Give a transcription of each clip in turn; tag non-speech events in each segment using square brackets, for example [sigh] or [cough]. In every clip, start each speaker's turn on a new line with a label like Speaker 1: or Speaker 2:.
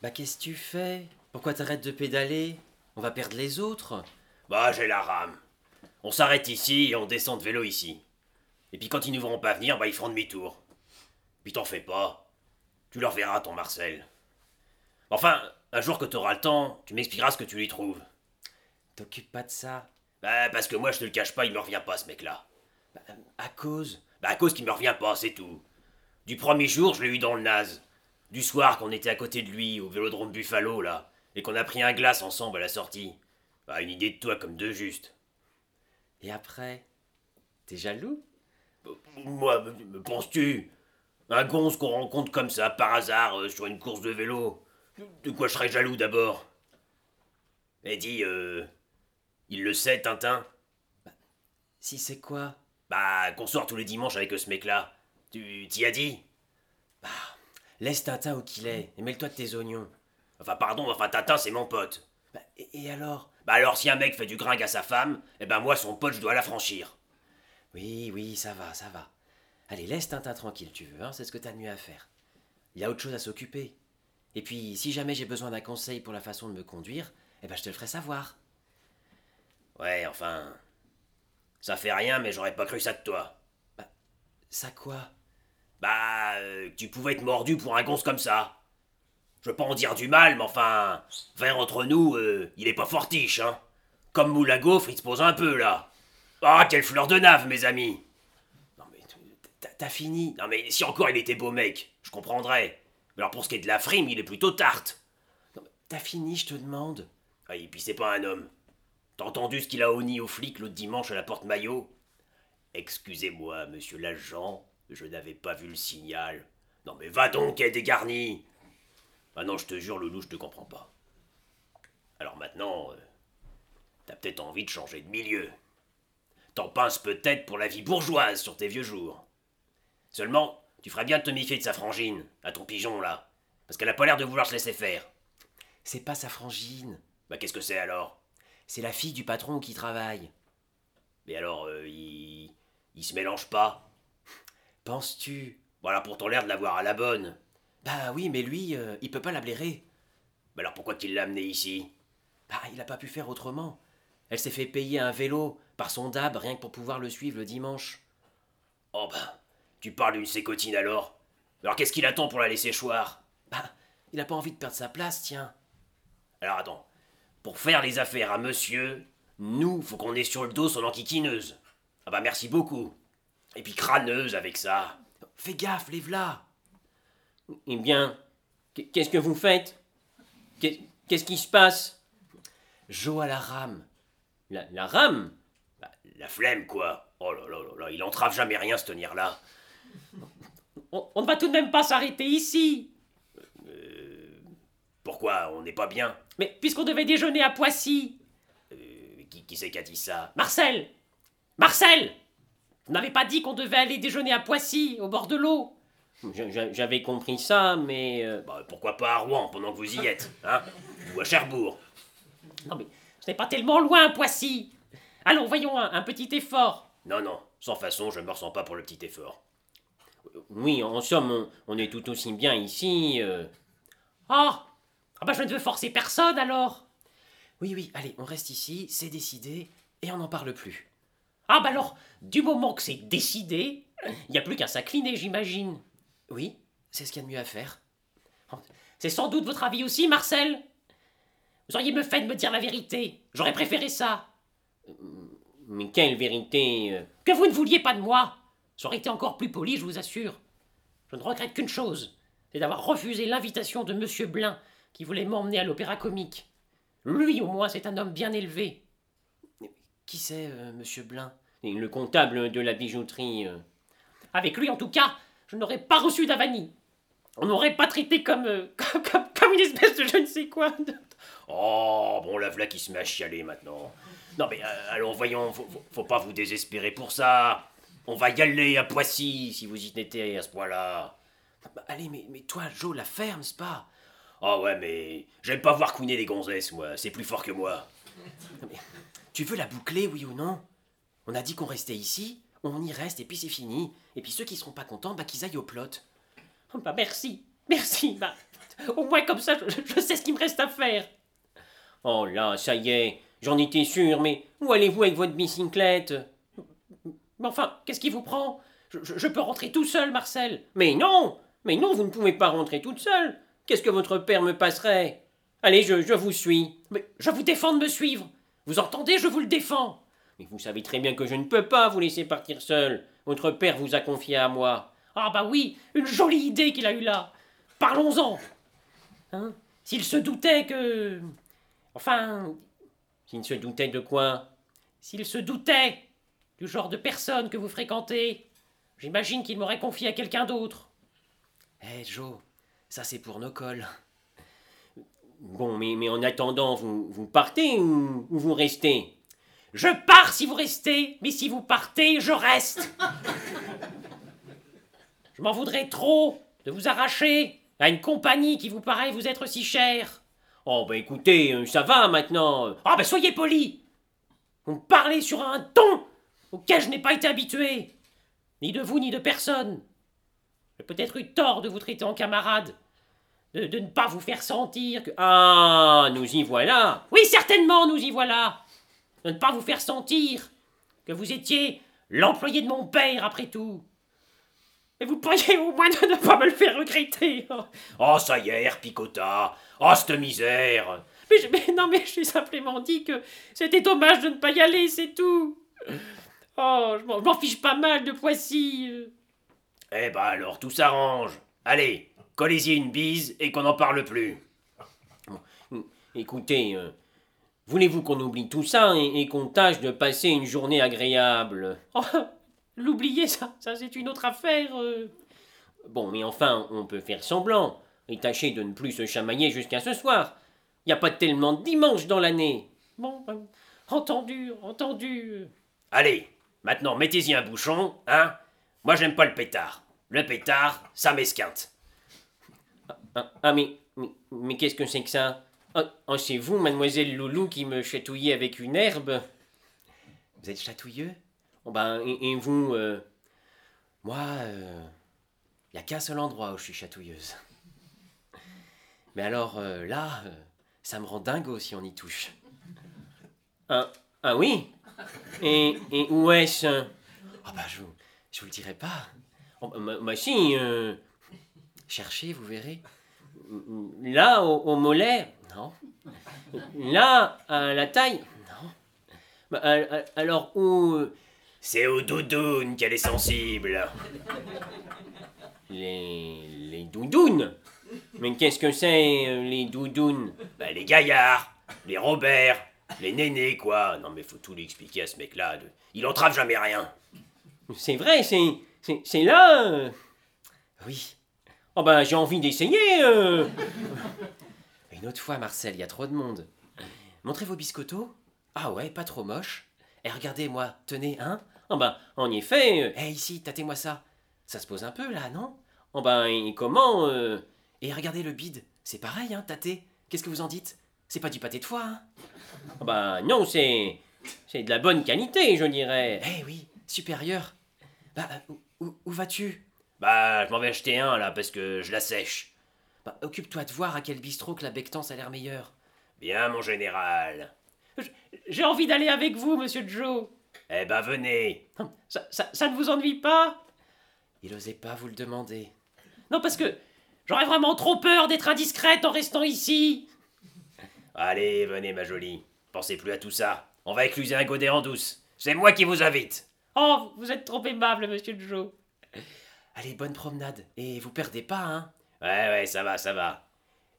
Speaker 1: Bah qu'est-ce que tu fais Pourquoi t'arrêtes de pédaler On va perdre les autres.
Speaker 2: Bah, j'ai la rame. On s'arrête ici et on descend de vélo ici. Et puis quand ils ne voudront pas venir, bah, ils feront demi-tour. Puis t'en fais pas. Tu leur verras, ton Marcel. Enfin, un jour que t'auras le temps, tu m'expliqueras ce que tu lui trouves.
Speaker 1: T'occupe pas de ça.
Speaker 2: Bah, parce que moi, je te le cache pas, il me revient pas, ce mec-là.
Speaker 1: Bah, à cause.
Speaker 2: Bah, à cause qu'il me revient pas, c'est tout. Du premier jour, je l'ai eu dans le naze. Du soir, qu'on était à côté de lui, au vélodrome Buffalo, là, et qu'on a pris un glace ensemble à la sortie. Bah, une idée de toi comme deux justes.
Speaker 1: Et après T'es jaloux
Speaker 2: Bah, Moi, me- me penses-tu Un gonze qu'on rencontre comme ça, par hasard, euh, sur une course de vélo. De quoi je serais jaloux d'abord Et dis, euh. Il le sait, Tintin
Speaker 1: Si c'est quoi
Speaker 2: Bah, qu'on sort tous les dimanches avec ce mec-là. Tu t'y as dit
Speaker 1: Bah, Laisse Tintin où qu'il est et mêle-toi de tes oignons.
Speaker 2: Enfin, pardon, enfin, Tintin, c'est mon pote.
Speaker 1: Bah, et, et alors
Speaker 2: Bah alors, si un mec fait du gringue à sa femme, eh ben moi, son pote, je dois l'affranchir.
Speaker 1: Oui, oui, ça va, ça va. Allez, laisse Tintin tranquille, tu veux, hein, c'est ce que t'as de mieux à faire. Il y a autre chose à s'occuper. Et puis, si jamais j'ai besoin d'un conseil pour la façon de me conduire, eh ben je te le ferai savoir.
Speaker 2: Ouais, enfin... Ça fait rien, mais j'aurais pas cru ça de toi.
Speaker 1: Ça quoi
Speaker 2: Bah, euh, tu pouvais être mordu pour un gonce comme ça. Je veux pas en dire du mal, mais enfin... Vers entre nous, euh, il est pas fortiche, hein. Comme moule à gaufre, il se pose un peu, là. Ah, quelle fleur de nave, mes amis
Speaker 1: Non mais t'as- t'as fini.
Speaker 2: Non mais si encore il était beau mec, je comprendrais. Mais alors pour ce qui est de la frime, il est plutôt tarte.
Speaker 1: Non, mais T'as fini, je te demande.
Speaker 2: Ah, et puis c'est pas un homme. T'as entendu ce qu'il a honni au flic l'autre dimanche à la porte maillot Excusez-moi, monsieur l'agent, je n'avais pas vu le signal. Non mais va donc, aide dégarnie Ah non, je te jure, Loulou, je te comprends pas. Alors maintenant, euh, t'as peut-être envie de changer de milieu. T'en pinces peut-être pour la vie bourgeoise sur tes vieux jours. Seulement, tu ferais bien de te méfier de sa frangine, à ton pigeon là, parce qu'elle a pas l'air de vouloir se laisser faire.
Speaker 1: C'est pas sa frangine.
Speaker 2: Bah qu'est-ce que c'est alors
Speaker 1: C'est la fille du patron qui travaille.
Speaker 2: Mais alors, euh, il... il se mélange pas.
Speaker 1: Penses-tu
Speaker 2: Voilà pourtant l'air de l'avoir à la bonne.
Speaker 1: Bah oui, mais lui, euh, il peut pas la blairer.
Speaker 2: Mais alors pourquoi qu'il l'a amené ici
Speaker 1: Bah, il a pas pu faire autrement. Elle s'est fait payer un vélo par son dab rien que pour pouvoir le suivre le dimanche.
Speaker 2: Oh bah, tu parles d'une sécotine alors Alors qu'est-ce qu'il attend pour la laisser choir
Speaker 1: Bah, il a pas envie de perdre sa place, tiens.
Speaker 2: Alors attends, pour faire les affaires à monsieur, nous, faut qu'on ait sur le dos son enquiquineuse. Ah bah merci beaucoup. Et puis crâneuse avec ça.
Speaker 1: Fais gaffe, lève-la
Speaker 2: Eh bien, qu'est-ce que vous faites Qu'est-ce qui se passe
Speaker 1: Jo à la rame.
Speaker 2: la, rame Bah, La flemme quoi Oh là là là là, il entrave jamais rien ce tenir là.
Speaker 1: On ne va tout de même pas s'arrêter ici
Speaker 2: Pourquoi On n'est pas bien
Speaker 1: Mais puisqu'on devait déjeuner à Poissy
Speaker 2: Euh, Qui, qui c'est qui a dit ça
Speaker 1: Marcel Marcel On n'avait pas dit qu'on devait aller déjeuner à Poissy, au bord de l'eau J'avais compris ça, mais...
Speaker 2: Bah, Pourquoi pas à Rouen pendant que vous
Speaker 1: [laughs]
Speaker 2: y êtes hein Ou à Cherbourg
Speaker 1: Non mais, ce n'est pas tellement loin, Poissy Allons, voyons un, un petit effort
Speaker 2: Non, non, sans façon, je me ressens pas pour le petit effort. Euh,
Speaker 1: Oui, en somme, on, est tout aussi bien ici...
Speaker 2: euh.
Speaker 1: Oh Ah bah je ne veux forcer personne, alors Oui, oui, allez, on reste ici, c'est décidé, et on n'en parle plus. Ah bah alors, du moment que c'est décidé, il n'y a plus qu'à s'incliner, j'imagine. Oui, c'est ce qu'il y a de mieux à faire. C'est sans doute votre avis aussi, Marcel Vous auriez me fait de me dire la vérité. J'aurais préféré ça. Mais quelle vérité euh Que vous ne vouliez pas de moi Ça aurait été encore plus poli, je vous assure. Je ne regrette qu'une chose, c'est d'avoir refusé l'invitation de Monsieur Blin, qui voulait m'emmener à l'opéra comique. Lui, au moins, c'est un homme bien élevé. Qui c'est, euh, Monsieur Blin Le comptable de la bijouterie.
Speaker 2: euh,
Speaker 1: Avec lui, en tout cas, je n'aurais pas reçu d'avanie. On n'aurait pas traité comme,
Speaker 2: [laughs]
Speaker 1: euh, comme, comme- comme une espèce de je ne sais quoi. de-
Speaker 2: Oh, bon, la voilà qui se met à chialer maintenant. Non, mais euh, allons, voyons, faut, faut- faut pas vous désespérer pour ça. On va y aller à Poissy, si vous y tenez à ce point-là.
Speaker 1: Bah, allez, mais, mais toi, Joe, la ferme, c'est pas.
Speaker 2: Ah ouais, mais j'aime pas voir couiner des gonzesses, moi, c'est plus fort que moi.
Speaker 1: Tu veux la boucler, oui ou non On a dit qu'on restait ici, on y reste et puis c'est
Speaker 2: Oh,
Speaker 1: fini. Et puis ceux qui seront pas contents, bah qu'ils aillent au plot. bah merci, merci, bah
Speaker 2: Au moins comme ça, je, je sais ce qu'il me reste à faire. Oh là, ça y est, j'en étais sûr, mais où allez-vous avec votre bicyclette Mais enfin, qu'est-ce qui vous prend je, je- je peux rentrer tout seul, Marcel. Mais non Mais non, vous ne pouvez pas rentrer toute seule. Qu'est-ce que votre père me passerait Allez, je, je vous suis. Mais je vous défends de me suivre. Vous entendez, je vous le défends. Mais vous savez très bien que je ne peux pas vous laisser partir seul. Votre père vous a confié à moi. Ah bah oui, une jolie idée qu'il a eue là. Parlons-en. Hein S'il se doutait que... Enfin... S'il se doutait de quoi S'il se doutait du genre de personne que vous fréquentez. J'imagine qu'il m'aurait confié à quelqu'un d'autre. Hé,
Speaker 1: Eh,
Speaker 2: Joe, ça c'est pour nos cols. Bon, mais, mais en attendant, vous, vous partez ou, ou vous restez Je pars si vous restez, mais si vous partez, je reste Je m'en voudrais trop de vous arracher à une compagnie qui vous paraît vous être si chère. Oh, bah écoutez, euh, ça va maintenant. Ah, bah soyez poli Vous me parlez sur un ton auquel je n'ai pas été habitué ni de vous, ni de personne. J'ai peut-être eu tort de vous traiter en camarade, de, de ne pas vous faire sentir que... Ah, nous y voilà Oui, certainement, nous y voilà De ne pas vous faire sentir que vous étiez l'employé de mon père, après tout. Mais vous pourriez au moins de ne pas me le faire regretter. Oh,
Speaker 3: Oh, ça y est, Picota Oh, cette misère
Speaker 2: Mais, je- mais non, mais je suis simplement dit que c'était dommage de ne pas y aller, c'est tout. Oh, je m'en- je m'en fiche pas mal de Poissy. euh.
Speaker 3: Eh
Speaker 2: ben,
Speaker 3: bah alors, tout s'arrange Allez, collez-y une bise et qu'on n'en parle plus
Speaker 2: Écoutez, euh, voulez-vous qu'on oublie tout ça et, et qu'on tâche de passer une journée [laughs] agréable Oh, L'oublier, ça, ça c'est une autre affaire. euh. Bon, mais enfin, on peut faire semblant et tâcher de ne plus se chamailler jusqu'à ce soir. Il n'y a pas tellement de dimanches dans l'année. Bon, ben, entendu, entendu.
Speaker 3: Allez, maintenant, mettez-y un bouchon, hein Moi, j'aime pas le pétard. Le pétard, ça m'esquinte.
Speaker 2: Ah, ah, mais, mais, mais qu'est-ce que c'est que ça Ah, ah, c'est vous, mademoiselle Loulou, qui me chatouillez avec une herbe Vous êtes chatouilleux oh, ben, et, et vous euh, Moi, il n'y a qu'un seul endroit où je suis chatouilleuse. Mais alors, euh, là, euh, ça me rend dingo si on y touche. Ah, ah oui et, et où est-ce Ah bah, je vous, je vous le dirai pas. Oh, bah, bah, bah, si, euh, Cherchez, vous verrez. Là, au, au mollet Non. Là, à la taille Non. Bah, al- al- alors, où euh,
Speaker 3: C'est au doudoune qu'elle est sensible.
Speaker 2: les, les doudounes Mais qu'est-ce que c'est, euh, les doudounes
Speaker 3: Bah, les gaillards, les Robert, les nénés, quoi. Non, mais faut tout lui expliquer à ce mec-là. de- Il entrave jamais rien.
Speaker 2: C'est vrai, c'est, c'est, c'est là euh. Oui. Oh ben, j'ai envie d'essayer euh. Une autre fois, Marcel, il y a trop de monde. Montrez vos biscottos. Ah ouais, pas trop moche. Et regardez-moi, Eh, tenez, hein Oh ben, en effet... euh, Eh, ici, tâtez-moi ça. Ça se pose un peu, là, non Oh ben, et comment euh, Et regardez le bide. C'est pareil, hein, tâtez. Qu'est-ce que vous en dites C'est pas du pâté de foie, hein Oh ben, non, c'est... C'est de la bonne qualité, je dirais. Eh oui, supérieur. Bah, euh, où, où- où vas-tu
Speaker 3: Bah, je m'en vais acheter un, là, parce que je la sèche.
Speaker 2: Bah, occupe-toi de voir à quel bistrot que la Bectance a l'air meilleure.
Speaker 3: Bien, mon général.
Speaker 2: J'ai envie d'aller avec vous, monsieur Joe. bah,
Speaker 3: Eh ben, venez.
Speaker 2: Ah, Ça, ça- ça ne vous ennuie pas Il osait pas vous le demander. Non, parce que j'aurais vraiment trop peur d'être indiscrète en restant ici.
Speaker 3: Allez, venez, ma jolie. Pensez plus à tout ça. On va écluser un godet en douce. C'est moi qui vous invite.
Speaker 2: Oh, vous êtes trop aimable, monsieur Joe. Allez, bonne promenade. Et vous perdez pas, hein
Speaker 3: Ouais, ouais, ça va, ça va.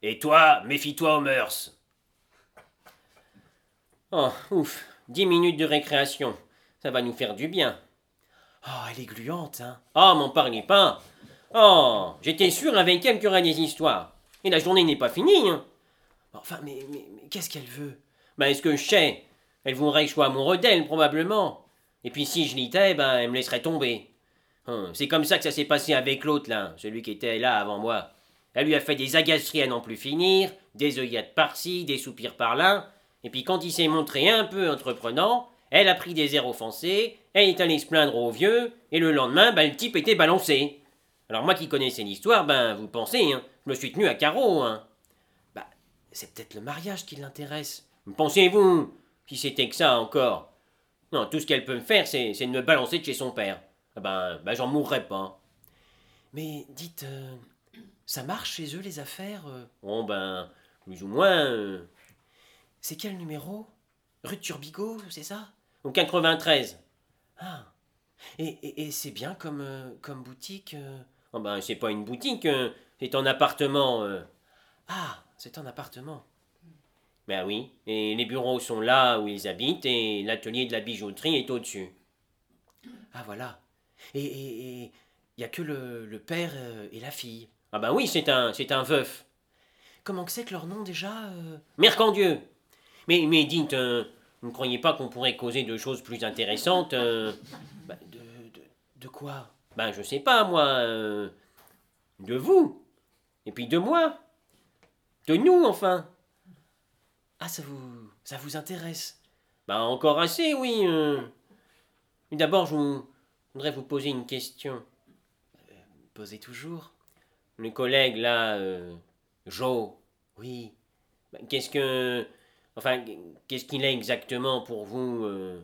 Speaker 3: Et toi, méfie-toi aux mœurs.
Speaker 2: Oh, ouf, dix minutes de récréation, ça va nous faire du bien. Oh, elle est gluante, hein Oh, m'en parlez pas Oh, j'étais sûr avec elle qu'il y aurait des histoires. Et la journée n'est pas finie, hein Enfin, mais, mais, mais qu'est-ce qu'elle veut Ben, est-ce que je sais Elle voudrait que je sois amoureux d'elle, probablement. Et puis si je l'étais, ben, elle me laisserait tomber. Hum, c'est comme ça que ça s'est passé avec l'autre, là, celui qui était là avant moi. Elle lui a fait des agaceries à n'en plus finir, des œillades par-ci, des soupirs par-là. Et puis quand il s'est montré un peu entreprenant, elle a pris des airs offensés, elle est allée se plaindre au vieux, et le lendemain, ben, le type était balancé. Alors moi qui connaissais l'histoire, ben vous pensez, hein, Je me suis tenu à carreau, hein. Bah, c'est peut-être le mariage qui l'intéresse. Pensez-vous Si c'était que ça encore. Non, tout ce qu'elle peut me faire, c'est, c'est de me balancer de chez son père. Ah ben, ben j'en mourrais pas. Mais dites, euh, ça marche chez eux les affaires euh Bon ben, plus ou moins. euh. C'est quel numéro Rue de Turbigo, c'est ça Au 93. Ah. Et, et- et c'est bien comme, euh, comme boutique euh Oh ben, c'est pas une boutique, euh, c'est un appartement. euh. Ah, c'est un appartement. Ben oui, et les bureaux sont là où ils habitent et l'atelier de la bijouterie est au-dessus. Ah voilà. Et il n'y a que le, le père euh, et la fille. Ah ben oui, c'est un, c'est un veuf. Comment que c'est que leur nom déjà euh Mercandieux Mais, mais dites, euh, vous ne croyez pas qu'on pourrait causer de choses plus intéressantes euh, bah, de, de- de quoi Ben je sais pas, moi. euh, de vous Et puis de moi De nous, enfin Ah, ça vous... ça vous intéresse Bah encore assez, oui. euh. Mais D'abord, je vous- je voudrais vous poser une question. Euh, posez toujours. Le collègue, là, euh, Joe, oui. Bah, qu'est-ce que... Enfin, qu'est-ce qu'il est exactement pour vous euh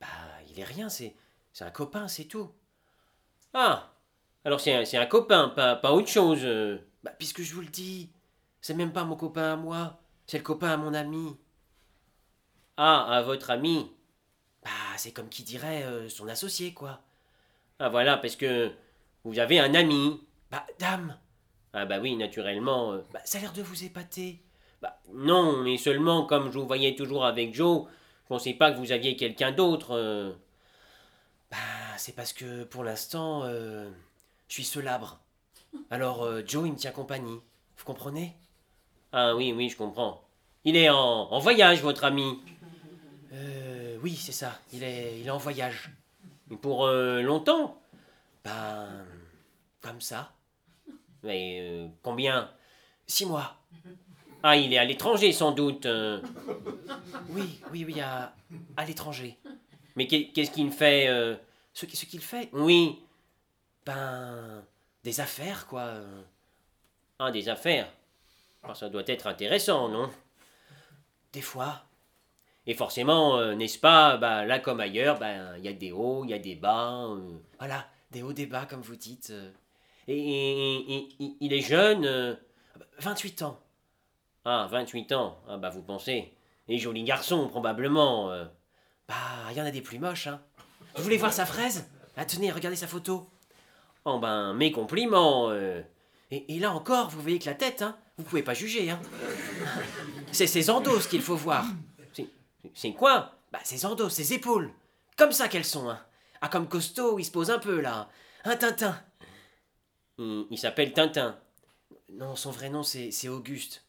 Speaker 2: Bah, il est rien, c'est... C'est un copain, c'est tout. Ah alors c'est un, c'est un copain, pas, pas autre chose. euh. Bah, puisque je vous le dis, c'est même pas mon copain à moi, c'est le copain à mon ami. Ah, à votre ami Bah, c'est comme qui dirait euh, son associé, quoi. Ah voilà, parce que vous avez un ami. Bah, dame Ah bah oui, naturellement. euh. Bah, ça a l'air de vous épater. Bah, non, mais seulement comme je vous voyais toujours avec Joe, je pensais pas que vous aviez quelqu'un d'autre. euh. Bah, c'est parce que pour l'instant... euh, je suis ce labre. Alors euh, Joe, il me tient compagnie. Vous comprenez Ah oui, oui, je comprends. Il est en, en voyage, votre ami. Euh, oui, c'est ça. Il est, il est en voyage. Mais pour euh, longtemps Ben, comme ça. Mais euh, combien Six mois. Ah, il est à l'étranger, sans doute. euh. Oui, oui, oui, à, à l'étranger. [laughs] Mais qu'est- qu'est-ce qu'il fait euh, Ce, ce qu'il fait Oui. Ben, des affaires, quoi. euh. Ah, des affaires. Ah, ça doit être intéressant, non Des fois. Et forcément, euh, n'est-ce pas, bah, là comme ailleurs, ben, il y a des hauts, il y a des bas. euh. Voilà, des hauts, des bas, comme vous dites. euh. Et, et- et- et- il est jeune euh, 28 ans. Ah, 28 ans. Ah, bah, vous pensez. Et joli garçon, probablement. euh. Bah, il y en a des plus moches, hein. Vous voulez voir sa fraise Ah, tenez, regardez sa photo. Oh ben, mes compliments. euh. Et, et là encore, vous voyez que la tête, hein, vous pouvez pas juger. Hein. C'est ses endos qu'il faut voir. C'est- C'est quoi Bah ses endos, ses épaules. Comme ça qu'elles sont. Hein. Ah comme costaud, il se pose un peu là. Un Tintin. Mm, Il, il s'appelle Tintin. Non, son vrai nom c'est c'est Auguste.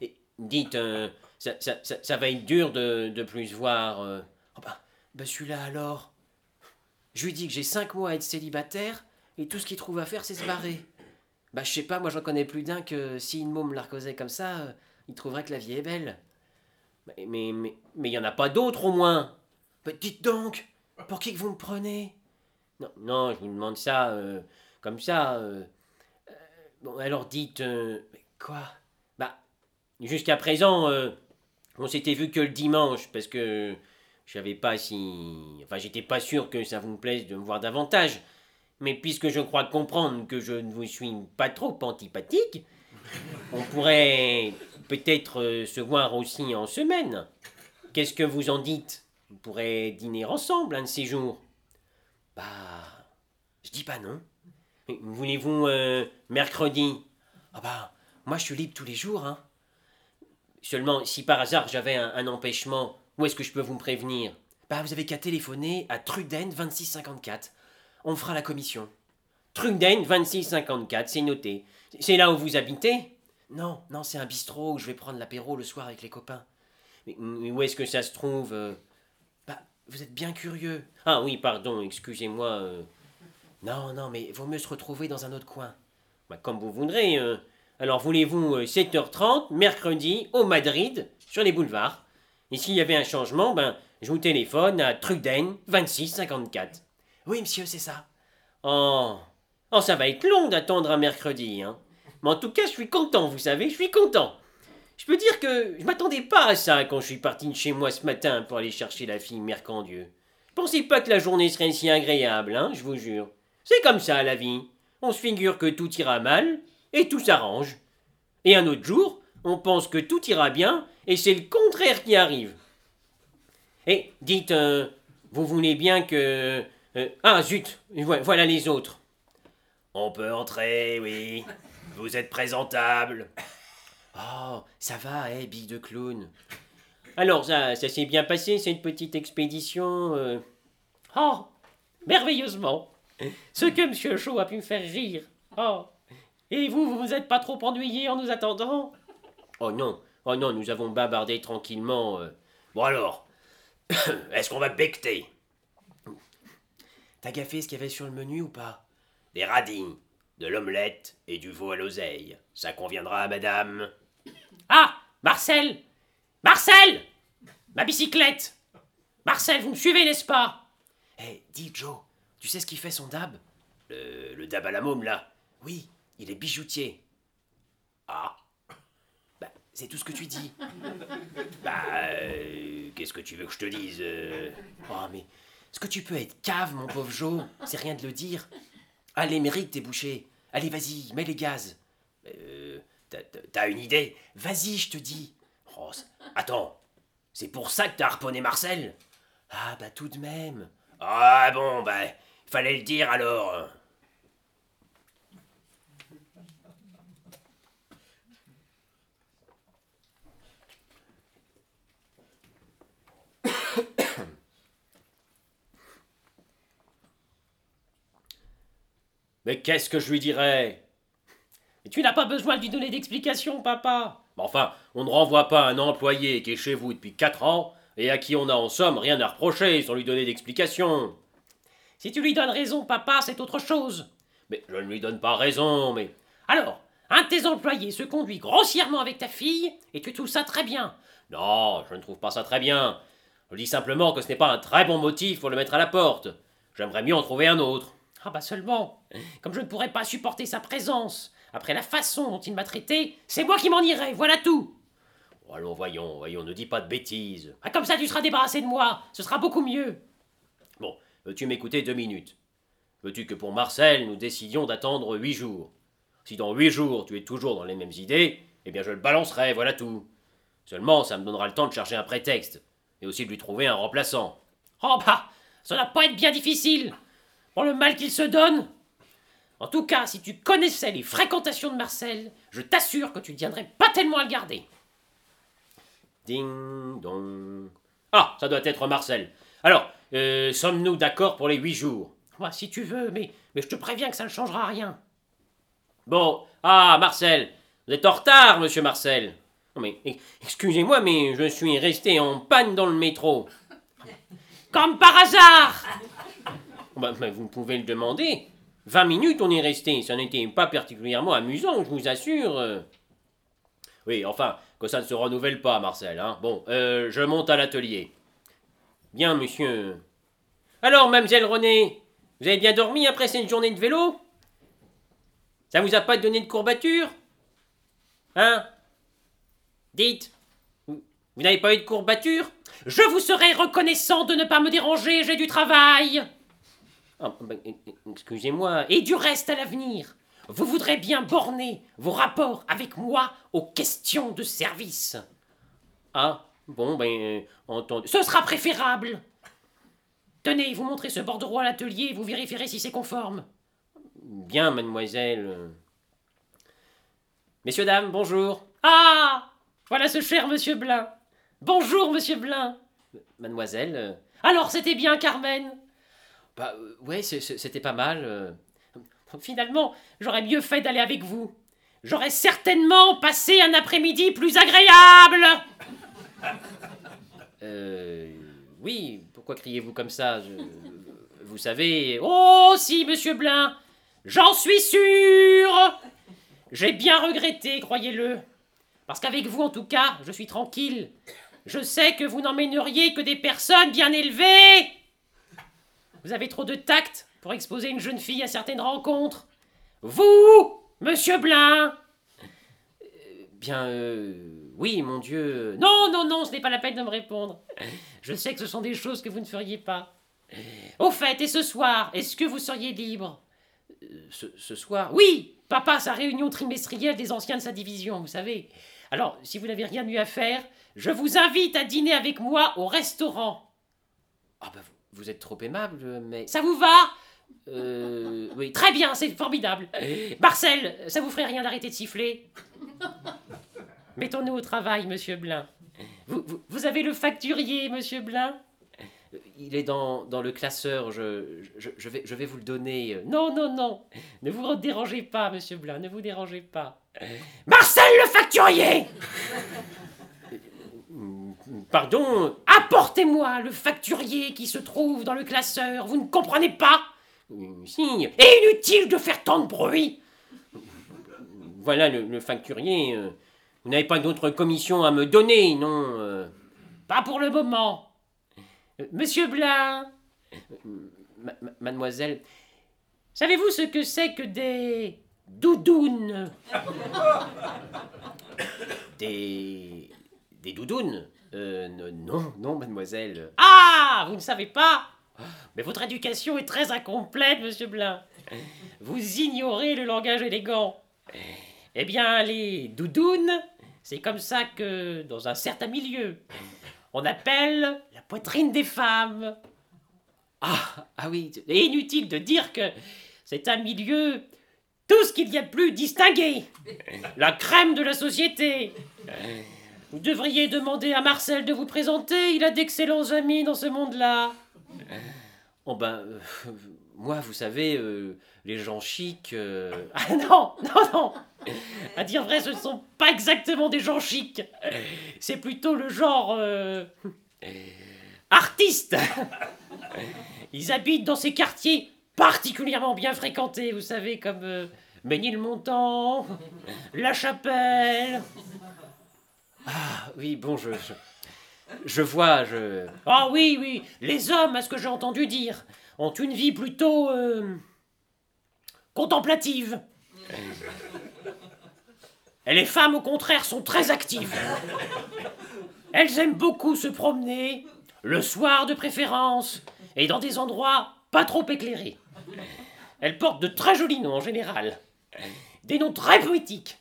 Speaker 2: Et dites, euh, ça, ça- ça- ça va être dur de, de plus voir. euh. Oh bah, bah celui-là alors. Je lui dis que j'ai cinq mois à être célibataire et tout ce qu'il trouve à faire, c'est se barrer. Bah, je sais pas, moi j'en connais plus d'un que si une môme la recosait comme ça, euh, il trouverait que la vie est belle. Mais mais mais mais il y en a pas d'autres au moins. Bah, dites donc, pour qui que vous me prenez Non non, je vous demande ça euh, comme ça. euh. Euh, bon alors dites euh, mais quoi Bah jusqu'à présent, euh, on s'était vu que le dimanche parce que je savais pas si, enfin j'étais pas sûr que ça vous plaise de me voir davantage. Mais puisque je crois comprendre que je ne vous suis pas trop antipathique, on pourrait peut-être euh, se voir aussi en semaine. Qu'est-ce que vous en dites On pourrait dîner ensemble un de ces jours. Bah, je dis pas non. Mais Voulez-vous euh, mercredi Ah bah, moi je suis libre tous les jours. Hein. Seulement, si par hasard j'avais un, un empêchement, où est-ce que je peux vous prévenir Bah, vous avez qu'à téléphoner à Truden 2654. On fera la commission. Truden 2654, c'est noté. C'est là où vous habitez Non, non, c'est un bistrot où je vais prendre l'apéro le soir avec les copains. Mais, mais où est-ce que ça se trouve euh Bah, vous êtes bien curieux. Ah oui, pardon, excusez-moi. euh. Non, non, mais vaut mieux se retrouver dans un autre coin. Bah, comme vous voudrez. euh. Alors voulez-vous euh, 7h30, mercredi, au Madrid, sur les boulevards Et s'il y avait un changement, ben, je vous téléphone à Truden 2654. Oui, monsieur, c'est ça. Oh, oh ça va être long d'attendre un mercredi, hein. Mais en tout cas, je suis content, vous savez, je suis content. Je peux dire que je m'attendais pas à ça quand je suis parti de chez moi ce matin pour aller chercher la fille Mercandieu. Je pensais pas que la journée serait si agréable, hein, je vous jure. C'est comme ça, la vie. On se figure que tout ira mal, et tout s'arrange. Et un autre jour, on pense que tout ira bien, et c'est le contraire qui arrive. Et dites, euh, vous voulez bien que... euh, ah zut, vo- voilà les autres.
Speaker 3: On peut entrer, oui. Vous êtes présentable.
Speaker 2: Oh, ça va, eh, bille de clown. Alors, ça, ça s'est bien passé, cette petite expédition euh. Oh, merveilleusement. Ce que Monsieur Chaud a pu me faire rire. Oh. Et vous, vous vous êtes pas trop ennuyé en nous attendant Oh non, oh non, nous avons bavardé tranquillement. euh.
Speaker 3: Bon alors, est-ce qu'on va becter
Speaker 2: T'as gaffé ce qu'il y avait sur le menu ou pas
Speaker 3: Des radis, de l'omelette et du veau à l'oseille. Ça conviendra à madame.
Speaker 2: Ah Marcel Marcel Ma bicyclette Marcel, vous me suivez, n'est-ce pas Eh, dis Joe, tu sais ce qu'il fait son dab
Speaker 3: Le, le dab à la môme, là.
Speaker 2: Oui, il est bijoutier.
Speaker 3: Ah,
Speaker 2: Bah, c'est tout ce que tu dis.
Speaker 3: bah, euh, qu'est-ce que tu veux que je te dise euh
Speaker 2: Oh, mais est-ce que tu peux être cave, mon pauvre Joe C'est rien de le dire. Allez, mérite tes bouchées. Allez, vas-y, mets les gaz.
Speaker 3: Euh, t'as- t'as t'as une idée
Speaker 2: Vas-y, je te dis.
Speaker 3: Oh, c'est- Attends, c'est pour ça que t'as harponné Marcel
Speaker 2: Ah, bah tout de même.
Speaker 3: Ah bon, bah, fallait le dire alors.
Speaker 2: Mais qu'est-ce que je lui dirais Et tu n'as pas besoin de lui donner d'explication, papa. Mais Enfin, on ne renvoie pas un employé qui est chez vous depuis 4 ans et à qui on a en somme rien à reprocher sans lui donner d'explication. Si tu lui donnes raison, papa, c'est autre chose. Mais je ne lui donne pas raison, mais... Alors, un de tes employés se conduit grossièrement avec ta fille et tu trouves ça très bien. Non, je ne trouve pas ça très bien. Je dis simplement que ce n'est pas un très bon motif pour le mettre à la porte. J'aimerais mieux en trouver un autre. Ah bah seulement, comme je ne pourrais pas supporter sa présence, après la façon dont il m'a traité, c'est moi qui m'en irai, voilà tout.
Speaker 3: Bon, Oh, allons, voyons, voyons, ne dis pas de bêtises.
Speaker 2: Ah, comme ça tu seras débarrassé de moi, ce sera beaucoup mieux.
Speaker 3: Veux-tu m'écouter deux minutes Veux-tu que pour Marcel, nous décidions d'attendre huit jours Si dans huit jours, tu es toujours dans les mêmes idées, eh bien je le balancerai, voilà tout. Seulement, ça me donnera le temps de chercher un prétexte, et aussi de lui trouver un remplaçant.
Speaker 2: Oh bah, ça n'a pas être bien difficile, pour le mal qu'il se donne. En tout cas, si tu connaissais les fréquentations de Marcel, je t'assure que tu ne tiendrais pas tellement à le garder.
Speaker 3: Ding dong. Ah, ça doit être Marcel. Alors, euh, sommes-nous d'accord pour les huit jours
Speaker 2: Moi, si tu veux, mais, mais je te préviens que ça ne changera rien.
Speaker 3: Bon, ah, Marcel, vous êtes en retard, monsieur Marcel.
Speaker 2: Non mais, ex- excusez-moi, mais je suis resté en panne dans le métro. Comme par hasard Bah, bah, Vous pouvez le demander. 20 minutes, on est resté. Ça n'était pas particulièrement amusant, je vous assure. euh.
Speaker 3: Oui, enfin, que ça ne se renouvelle pas, Marcel. Hein. Bon, euh, je monte à l'atelier.
Speaker 2: Bien, monsieur. Alors, mademoiselle René, vous avez bien dormi après cette journée de vélo Ça vous a pas donné de courbature Hein Dites, vous vous n'avez pas eu de courbature Je vous serai reconnaissant de ne pas me déranger, j'ai du travail Ah, ben, e- e- Excusez-moi. Et du reste à l'avenir, vous voudrez bien borner vos rapports avec moi aux questions de service. Ah, bon, ben, euh, entendu. Ce sera préférable. Tenez, vous montrez ce bordereau à l'atelier et vous vérifierez si c'est conforme. Bien, mademoiselle. Messieurs, dames, bonjour. Ah Voilà ce cher monsieur Blin. Bonjour, monsieur Blin. Mademoiselle. euh, Alors, c'était bien, Carmen Bah, euh, ouais, c'est- c'est- c'était pas mal. euh. Finalement, j'aurais mieux fait d'aller avec vous. J'aurais certainement passé un après-midi plus agréable. [laughs] Euh. Oui, pourquoi criez-vous comme ça Je- euh, Vous savez. Oh, si, monsieur Blin J'en suis sûr J'ai bien regretté, croyez-le. Parce qu'avec vous, en tout cas, je suis tranquille. Je sais que vous n'emmèneriez que des personnes bien élevées Vous avez trop de tact pour exposer une jeune fille à certaines rencontres. Vous, monsieur Blin, Bien, euh, oui, mon Dieu. Non, non, non, ce n'est pas la peine de me répondre. Je sais que ce sont des choses que vous ne feriez pas. Au fait, et ce soir, est-ce que vous seriez libre Euh, ce, ce soir Oui Papa a sa réunion trimestrielle des anciens de sa division, vous savez. Alors, si vous n'avez rien eu à faire, je vous invite à dîner avec moi au restaurant. Ah bah, vous, vous êtes trop aimable, mais... Ça vous va Euh... Oui, [laughs] très bien, c'est formidable. Marcel, ça vous ferait rien d'arrêter de siffler Mettons-nous au travail, monsieur Blin. Vous, vous- vous avez le facturier, monsieur Blin Euh, Il est dans, dans le classeur, je, je, je vais, je vais vous le donner. Non, non, non, ne vous dérangez pas, monsieur Blin, ne vous dérangez pas. Marcel le facturier Pardon Apportez-moi le facturier qui se trouve dans le classeur, vous ne comprenez pas Euh, Si. Et inutile de faire tant de bruit Voilà le, le facturier. euh, Vous n'avez pas d'autre commission à me donner, non euh, Pas pour le moment. Euh, Monsieur Blin Euh, ma- ma- Mademoiselle, savez-vous ce que c'est que des doudounes Des. Des doudounes Euh, n- non, non, mademoiselle. Ah Vous ne savez pas Ah, Mais votre éducation est très incomplète, monsieur Blin. Vous ignorez le langage élégant. Eh bien, les doudounes, c'est comme ça que, dans un certain milieu, on appelle la poitrine des femmes. Ah, ah oui, et inutile de dire que c'est un milieu tout ce qu'il y a de plus distingué. La crème de la société. Vous devriez demander à Marcel de vous présenter, il a d'excellents amis dans ce monde-là. Oh ben, euh, moi, vous savez, euh, les gens chics... euh, Ah non, non, non À dire vrai, ce ne sont pas exactement des gens chics. C'est plutôt le genre... euh, Artiste Ils habitent dans ces quartiers particulièrement bien fréquentés, vous savez, comme euh, Ménilmontant, La Chapelle... Ah, Oui, bon, je. Je, je vois, je. Ah oui, oui, les hommes, à ce que j'ai entendu dire, ont une vie plutôt. euh, contemplative. Et les femmes, au contraire, sont très actives. Elles aiment beaucoup se promener, le soir de préférence, et dans des endroits pas trop éclairés. Elles portent de très jolis noms en général. Des noms très poétiques,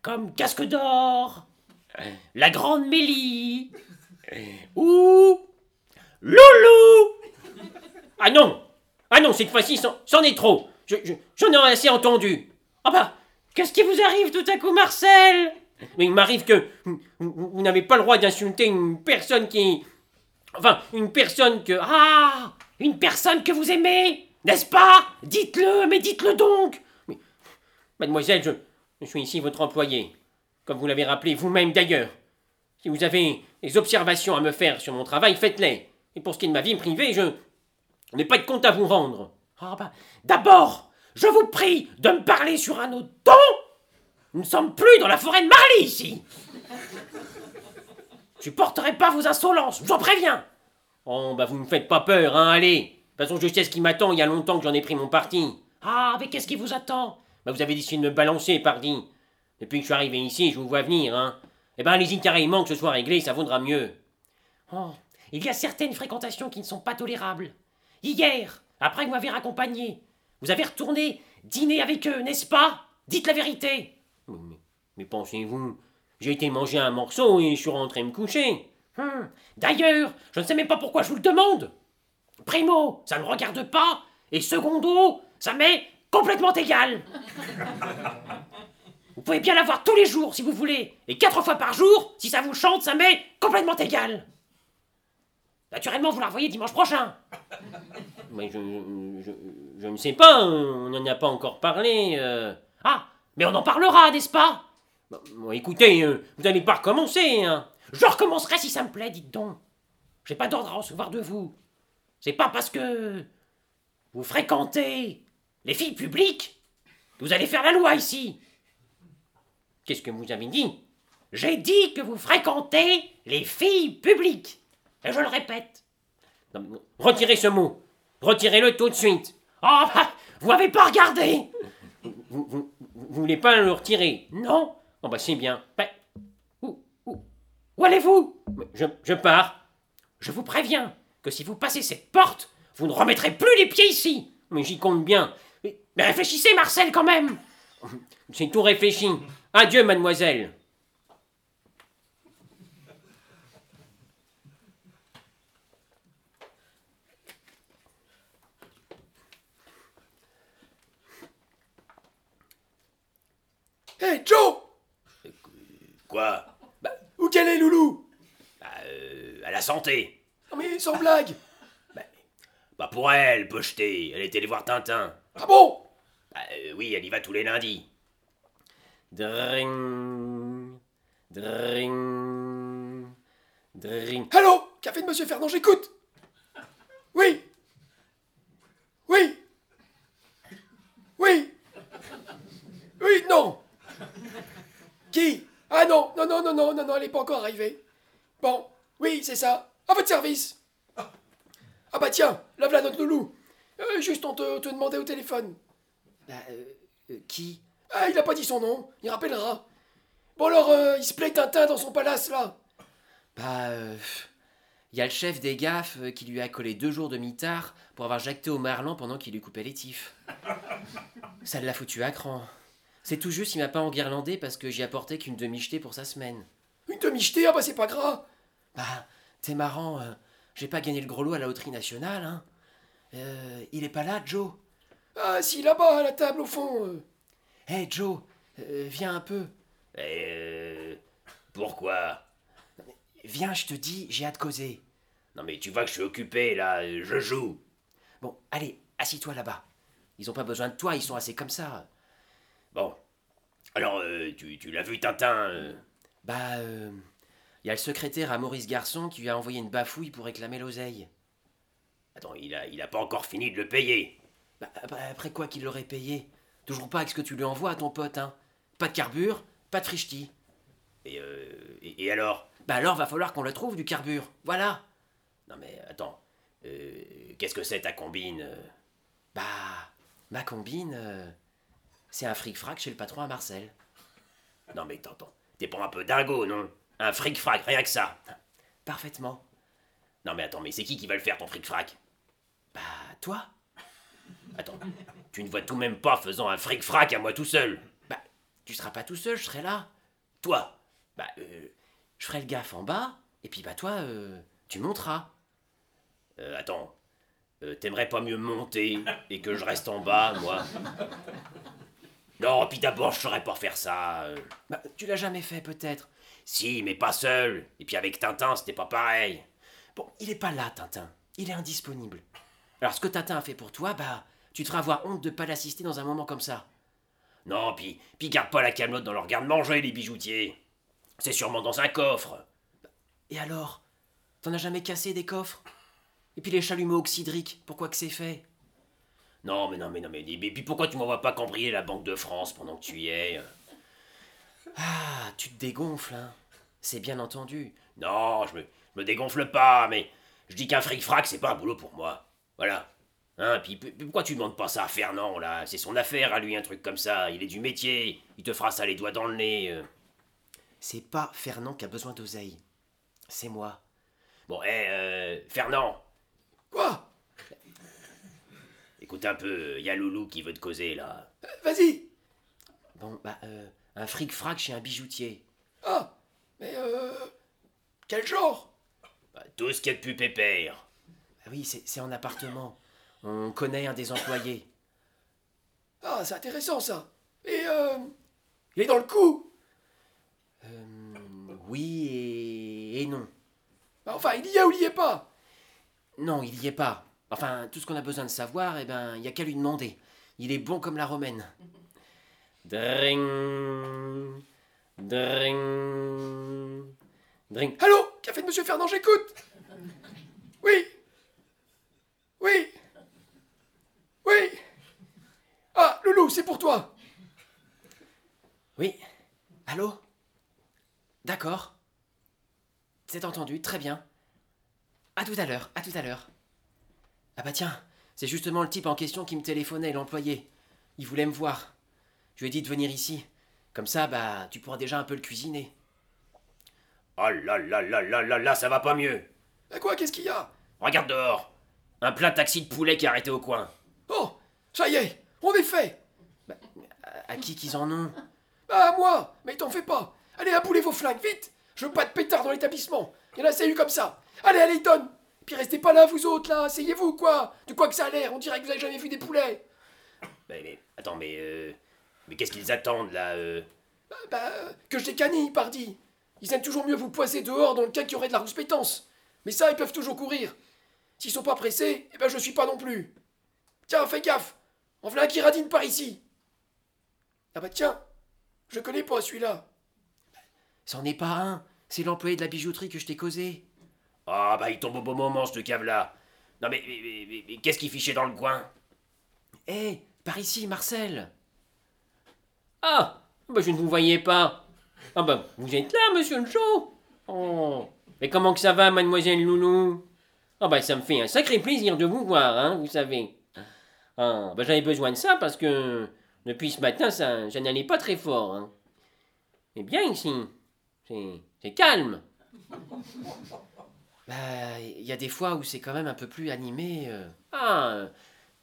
Speaker 2: comme Casque d'or, la grande Mélie ou Loulou. Ah non, ah non, cette fois-ci, c'en c'en est trop. Je- je- J'en ai assez entendu. Ah bah, qu'est-ce qui vous arrive tout à coup, Marcel Mais il m'arrive que vous, vous- vous n'avez pas le droit d'insulter une personne qui, enfin, une personne que ah, une personne que vous aimez, n'est-ce pas Dites-le, mais dites-le donc. Mais, mademoiselle, je, je suis ici votre employé comme vous l'avez rappelé vous-même d'ailleurs. Si vous avez des observations à me faire sur mon travail, faites-les. Et pour ce qui est de ma vie privée, je n'ai pas de compte à vous rendre. Ah bah, d'abord, je vous prie de me parler sur un autre ton. Nous ne sommes plus dans la forêt de Marly ici. Je supporterai pas vos insolences, je vous en préviens. Oh bah vous me faites pas peur, hein, allez. De toute façon, je sais ce qui m'attend, il y a longtemps que j'en ai pris mon parti. Ah, mais qu'est-ce qui vous attend Bah vous avez décidé de me balancer, pardi. Depuis que je suis arrivé ici, je vous vois venir, hein. Eh ben, allez-y carrément que ce soit réglé, ça vaudra mieux. Oh, il y a certaines fréquentations qui ne sont pas tolérables. Hier, après que vous m'avez raccompagné, vous avez retourné dîner avec eux, n'est-ce pas Dites la vérité Mais, mais- mais pensez-vous, j'ai été manger un morceau et je suis rentré me coucher. Hum, D'ailleurs, je ne sais même pas pourquoi je vous le demande. Primo, ça ne me regarde pas, et secondo, ça m'est complètement égal. Vous pouvez bien l'avoir tous les jours si vous voulez, et quatre fois par jour, si ça vous chante, ça m'est complètement égal. Naturellement, vous la revoyez dimanche prochain. [laughs] Mais je, je- je- je ne sais pas, on n'en a pas encore parlé. euh. Ah, mais on en parlera, n'est-ce pas Bon, bon, Écoutez, euh, vous n'allez pas recommencer. hein. Je recommencerai si ça me plaît, dites donc. J'ai pas d'ordre à recevoir de vous. C'est pas parce que vous fréquentez les filles publiques que vous allez faire la loi ici. Qu'est-ce que vous avez dit J'ai dit que vous fréquentez les filles publiques. Et je le répète. Non, mais non. Retirez ce mot. Retirez-le tout de suite.
Speaker 1: Oh,
Speaker 2: Ah, bah, vous m'avez pas regardé. Vous, vous, vous voulez pas le retirer Non
Speaker 1: Oh bah c'est bien. Bah, où, où, où allez-vous Mais je, je pars. Je vous préviens que si vous passez cette porte, vous ne remettrez plus les pieds ici. Mais j'y compte bien. Mais, mais réfléchissez, Marcel, quand même. J'ai tout réfléchi. Adieu, mademoiselle.
Speaker 3: Hé, Joe
Speaker 2: Quoi
Speaker 3: Où qu'elle est, Loulou
Speaker 2: Bah, euh, à la santé.
Speaker 3: Non mais sans blague
Speaker 2: Bah, pour elle, pochetée. Elle était allée voir Tintin.
Speaker 3: Ah bon
Speaker 2: Bah, euh, oui, elle y va tous les lundis.
Speaker 1: Dring. Dring. Dring.
Speaker 3: Allô Café de Monsieur Fernand, j'écoute Oui Oui Oui Oui, non Qui Ah non, non, non, non, non, non, non, elle n'est pas encore arrivée. Bon, oui, c'est ça. À votre service Ah bah tiens, là voilà notre loulou. Euh, juste, on te, on te demandait au téléphone.
Speaker 1: Bah, qui
Speaker 3: Ah, il n'a pas dit son nom, il rappellera. Bon alors, euh, il se plaît Tintin dans son palace, là
Speaker 1: Bah, il y a le chef des gaffes euh, qui lui a collé deux jours de mitard pour avoir jacté au marlan pendant qu'il lui coupait les
Speaker 3: [laughs]
Speaker 1: tifs. Ça l'a foutu à cran. C'est tout juste, il m'a pas enguirlandé parce que j'y apportais qu'une demi-jetée pour sa semaine.
Speaker 3: Une demi-jetée, ah bah c'est pas gras
Speaker 1: Bah, t'es marrant, euh, j'ai pas gagné le gros lot à la loterie nationale, hein. Euh, il est pas là, Joe
Speaker 3: Ah si, là-bas, à la table, au fond euh.
Speaker 1: Hé, Eh, Joe, euh, viens un peu.
Speaker 2: Euh, pourquoi
Speaker 1: Viens, je te dis, j'ai hâte de causer.
Speaker 2: Non, mais tu vois que je suis occupé, là. euh, Je joue.
Speaker 1: Bon, allez, assis-toi là-bas. Ils ont pas besoin de toi, ils sont assez comme ça.
Speaker 2: Bon. Alors, euh, tu, tu l'as vu, Tintin euh,
Speaker 1: Bah, il y a le secrétaire à Maurice Garçon qui lui a envoyé une bafouille pour réclamer l'oseille.
Speaker 2: Attends, il a, il a pas encore fini de le payer.
Speaker 1: Bah, après- après quoi qu'il l'aurait payé Toujours pas avec ce que tu lui envoies à ton pote, hein. Pas de carbure, pas de frichti.
Speaker 2: Et, euh, et, et alors
Speaker 1: Bah alors, va falloir qu'on le trouve, du carbure. Voilà.
Speaker 2: Non, mais attends. Euh, Qu'est-ce que c'est ta combine euh
Speaker 1: Bah, ma combine, euh, c'est un fric-frac chez le patron à Marcel.
Speaker 2: Non, mais t'entends. T'es pas un peu dingo, non Un fric-frac, rien que ça.
Speaker 1: Parfaitement.
Speaker 2: Non, mais attends, mais c'est qui qui va le faire, ton fric-frac
Speaker 1: Bah, toi
Speaker 2: Attends, tu ne vois tout même pas faisant un fric-frac à moi tout seul.
Speaker 1: Bah, tu seras pas tout seul, je serai là.
Speaker 2: Toi Bah, euh,
Speaker 1: Je ferai le gaffe en bas, et puis bah toi, euh, tu monteras.
Speaker 2: euh, attends. Euh, T'aimerais pas mieux monter et que je reste en bas, moi Non, puis d'abord, je saurais pas faire ça. euh.
Speaker 1: Bah, tu l'as jamais fait, peut-être.
Speaker 2: Si, mais pas seul. Et puis avec Tintin, c'était pas pareil.
Speaker 1: Bon, il est pas là, Tintin. Il est indisponible. Alors, ce que Tintin a fait pour toi, bah, tu te feras avoir honte de pas l'assister dans un moment comme ça.
Speaker 2: Non, puis, puis garde pas la camelote dans leur garde-manger, les bijoutiers. C'est sûrement dans un coffre.
Speaker 1: Et alors T'en as jamais cassé des coffres Et puis les chalumeaux oxydriques, pourquoi que c'est fait
Speaker 2: Non, mais non, mais non, mais. Et puis pourquoi tu m'envoies pas cambrioler la Banque de France pendant que tu y es euh
Speaker 1: Ah, tu te dégonfles, hein. C'est bien entendu.
Speaker 2: Non, je me, je me dégonfle pas, mais je dis qu'un fric-frac, c'est pas un boulot pour moi. Voilà. Hein, puis p- pourquoi tu demandes pas ça à Fernand, là C'est son affaire à lui, un truc comme ça. Il est du métier. Il te fera ça les doigts dans le nez. euh.
Speaker 1: C'est pas Fernand qui a besoin d'oseille. C'est moi.
Speaker 2: Bon, hé, euh, Fernand,
Speaker 3: Quoi
Speaker 2: écoute un peu, y a Loulou qui veut te causer, là.
Speaker 3: Vas-y
Speaker 1: Bon, bah, euh, un fric-frac chez un bijoutier.
Speaker 3: Ah Mais euh... Quel genre
Speaker 2: Bah, tout ce qu'il y a de plus pépère.
Speaker 1: Ah oui, c'est c'est en appartement. On connaît un des employés.
Speaker 3: Ah, c'est intéressant, ça Et euh... Il est dans le coup
Speaker 1: Euh, oui et, et non.
Speaker 3: Bah, Enfin, il y est ou il y est pas
Speaker 1: Non, il y est pas. Enfin, tout ce qu'on a besoin de savoir, eh ben, il y a qu'à lui demander. Il est bon comme la romaine. Dring. Dring. Dring.
Speaker 3: Allô Café de Monsieur Fernand, j'écoute Oui Oui Oui Ah, Loulou, c'est pour toi
Speaker 1: Oui. Allô D'accord. C'est entendu, très bien. À tout à l'heure, à tout à l'heure. Ah bah tiens, c'est justement le type en question qui me téléphonait, l'employé. Il voulait me voir. Je lui ai dit de venir ici.
Speaker 2: Comme ça, bah, tu pourras déjà un peu le cuisiner.
Speaker 4: Oh là là là là là là, ça va pas mieux.
Speaker 3: À Bah, quoi Qu'est-ce qu'il y a
Speaker 4: Regarde dehors. Un plein taxi de poulet qui est arrêté au coin.
Speaker 3: Oh, ça y est, on est fait
Speaker 2: À, à qui qu'ils en ont
Speaker 3: Ah, moi Mais t'en fais pas Allez, aboulez vos flingues, vite Je veux pas de pétard dans l'établissement Il y en a assez eu comme ça Allez, allez, donne Puis restez pas là, vous autres, là Asseyez-vous, quoi De quoi que ça a l'air, on dirait que vous avez jamais vu des poulets
Speaker 4: Mais, Bah, mais attends, mais euh, mais qu'est-ce qu'ils attendent là euh
Speaker 3: Bah, bah, euh, que je les canille, pardi Ils aiment toujours mieux vous poiser dehors dans le cas qu'il y aurait de la rouspétance Mais ça, ils peuvent toujours courir S'ils sont pas pressés, eh ben je suis pas non plus Tiens, fais gaffe En voilà un qui radine par ici Ah bah tiens Je connais pas celui-là
Speaker 2: C'en est pas un. C'est l'employé de la bijouterie que je t'ai causé.
Speaker 4: Ah bah il tombe au bon moment ce cave là. Non mais, mais- mais- mais- mais qu'est-ce qu'il fichait dans le coin
Speaker 2: Hé, par ici, Marcel Ah Bah, je ne vous voyais pas. Ah bah, vous êtes là, monsieur le Chou Oh Et comment que ça va, mademoiselle Loulou Ah bah, ça me fait un sacré plaisir de vous voir, hein, vous savez. Ah, bah, j'avais besoin de ça parce que depuis ce matin, ça, ça n'allait pas très fort. Hein. C'est bien ici. C'est- C'est calme. Bah, il y a des fois où c'est quand même un peu plus animé. euh. Ah euh,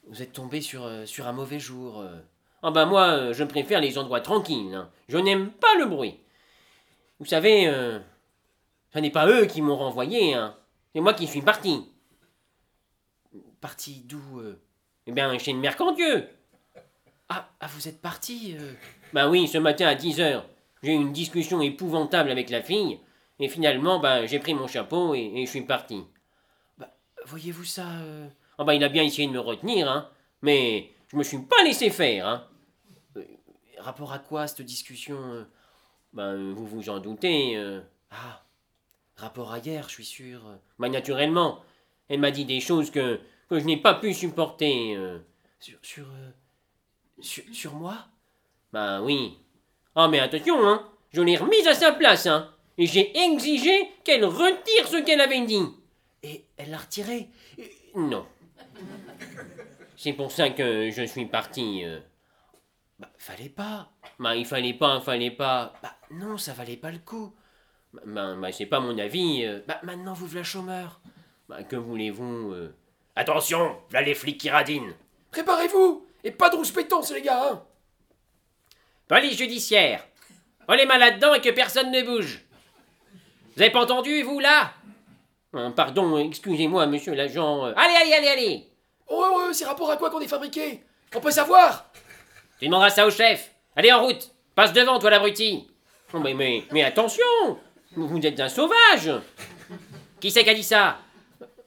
Speaker 2: vous êtes tombé sur, euh, sur un mauvais jour. euh. Ah ben moi, euh, je préfère les endroits tranquilles. hein. Je n'aime pas le bruit. Vous savez, euh, ce n'est pas eux qui m'ont renvoyé. hein. C'est moi qui suis parti. Parti d'où euh Eh bien, chez le mercantieux. Ah, ah, vous êtes parti euh Ben oui, ce matin à 10h. J'ai eu une discussion épouvantable avec la fille. Et finalement, ben, j'ai pris mon chapeau et, et je suis parti. Bah, voyez-vous ça euh ah bah il a bien essayé de me retenir, hein. Mais je me suis pas laissé faire, hein. Euh, rapport à quoi cette discussion euh Ben euh, vous vous en doutez. euh. Ah, rapport à hier, je suis sûr. euh. Bah naturellement, elle m'a dit des choses que, que je n'ai pas pu supporter. euh. Sur sur, euh, sur sur moi Ben oui. Ah mais attention, hein. Je l'ai remise à sa place, hein. Et j'ai exigé qu'elle retire ce qu'elle avait dit. Et elle l'a retiré Euh, Non. C'est pour ça que je suis parti. euh. Bah, fallait pas. Bah, il fallait pas, fallait pas. Bah, non, ça valait pas le coup. Bah, Bah, bah, c'est pas mon avis. euh. Bah, maintenant, vous voilà chômeur. Bah, que voulez-vous euh
Speaker 4: Attention, là les flics qui radinent.
Speaker 3: Préparez-vous Et pas de rouspétance, les gars, hein
Speaker 2: Police judiciaire On les mains là-dedans et que personne ne bouge Vous avez pas entendu, vous, là Euh, Pardon, excusez-moi, monsieur l'agent. euh. Allez, allez, allez, allez
Speaker 3: Oh, oh, oh, c'est rapport à quoi qu'on est fabriqué On peut savoir
Speaker 2: Tu demanderas ça au chef. Allez, en route. Passe devant, toi, l'abruti. Oh, mais, mais, mais attention Vous vous êtes un sauvage Qui c'est qui a dit ça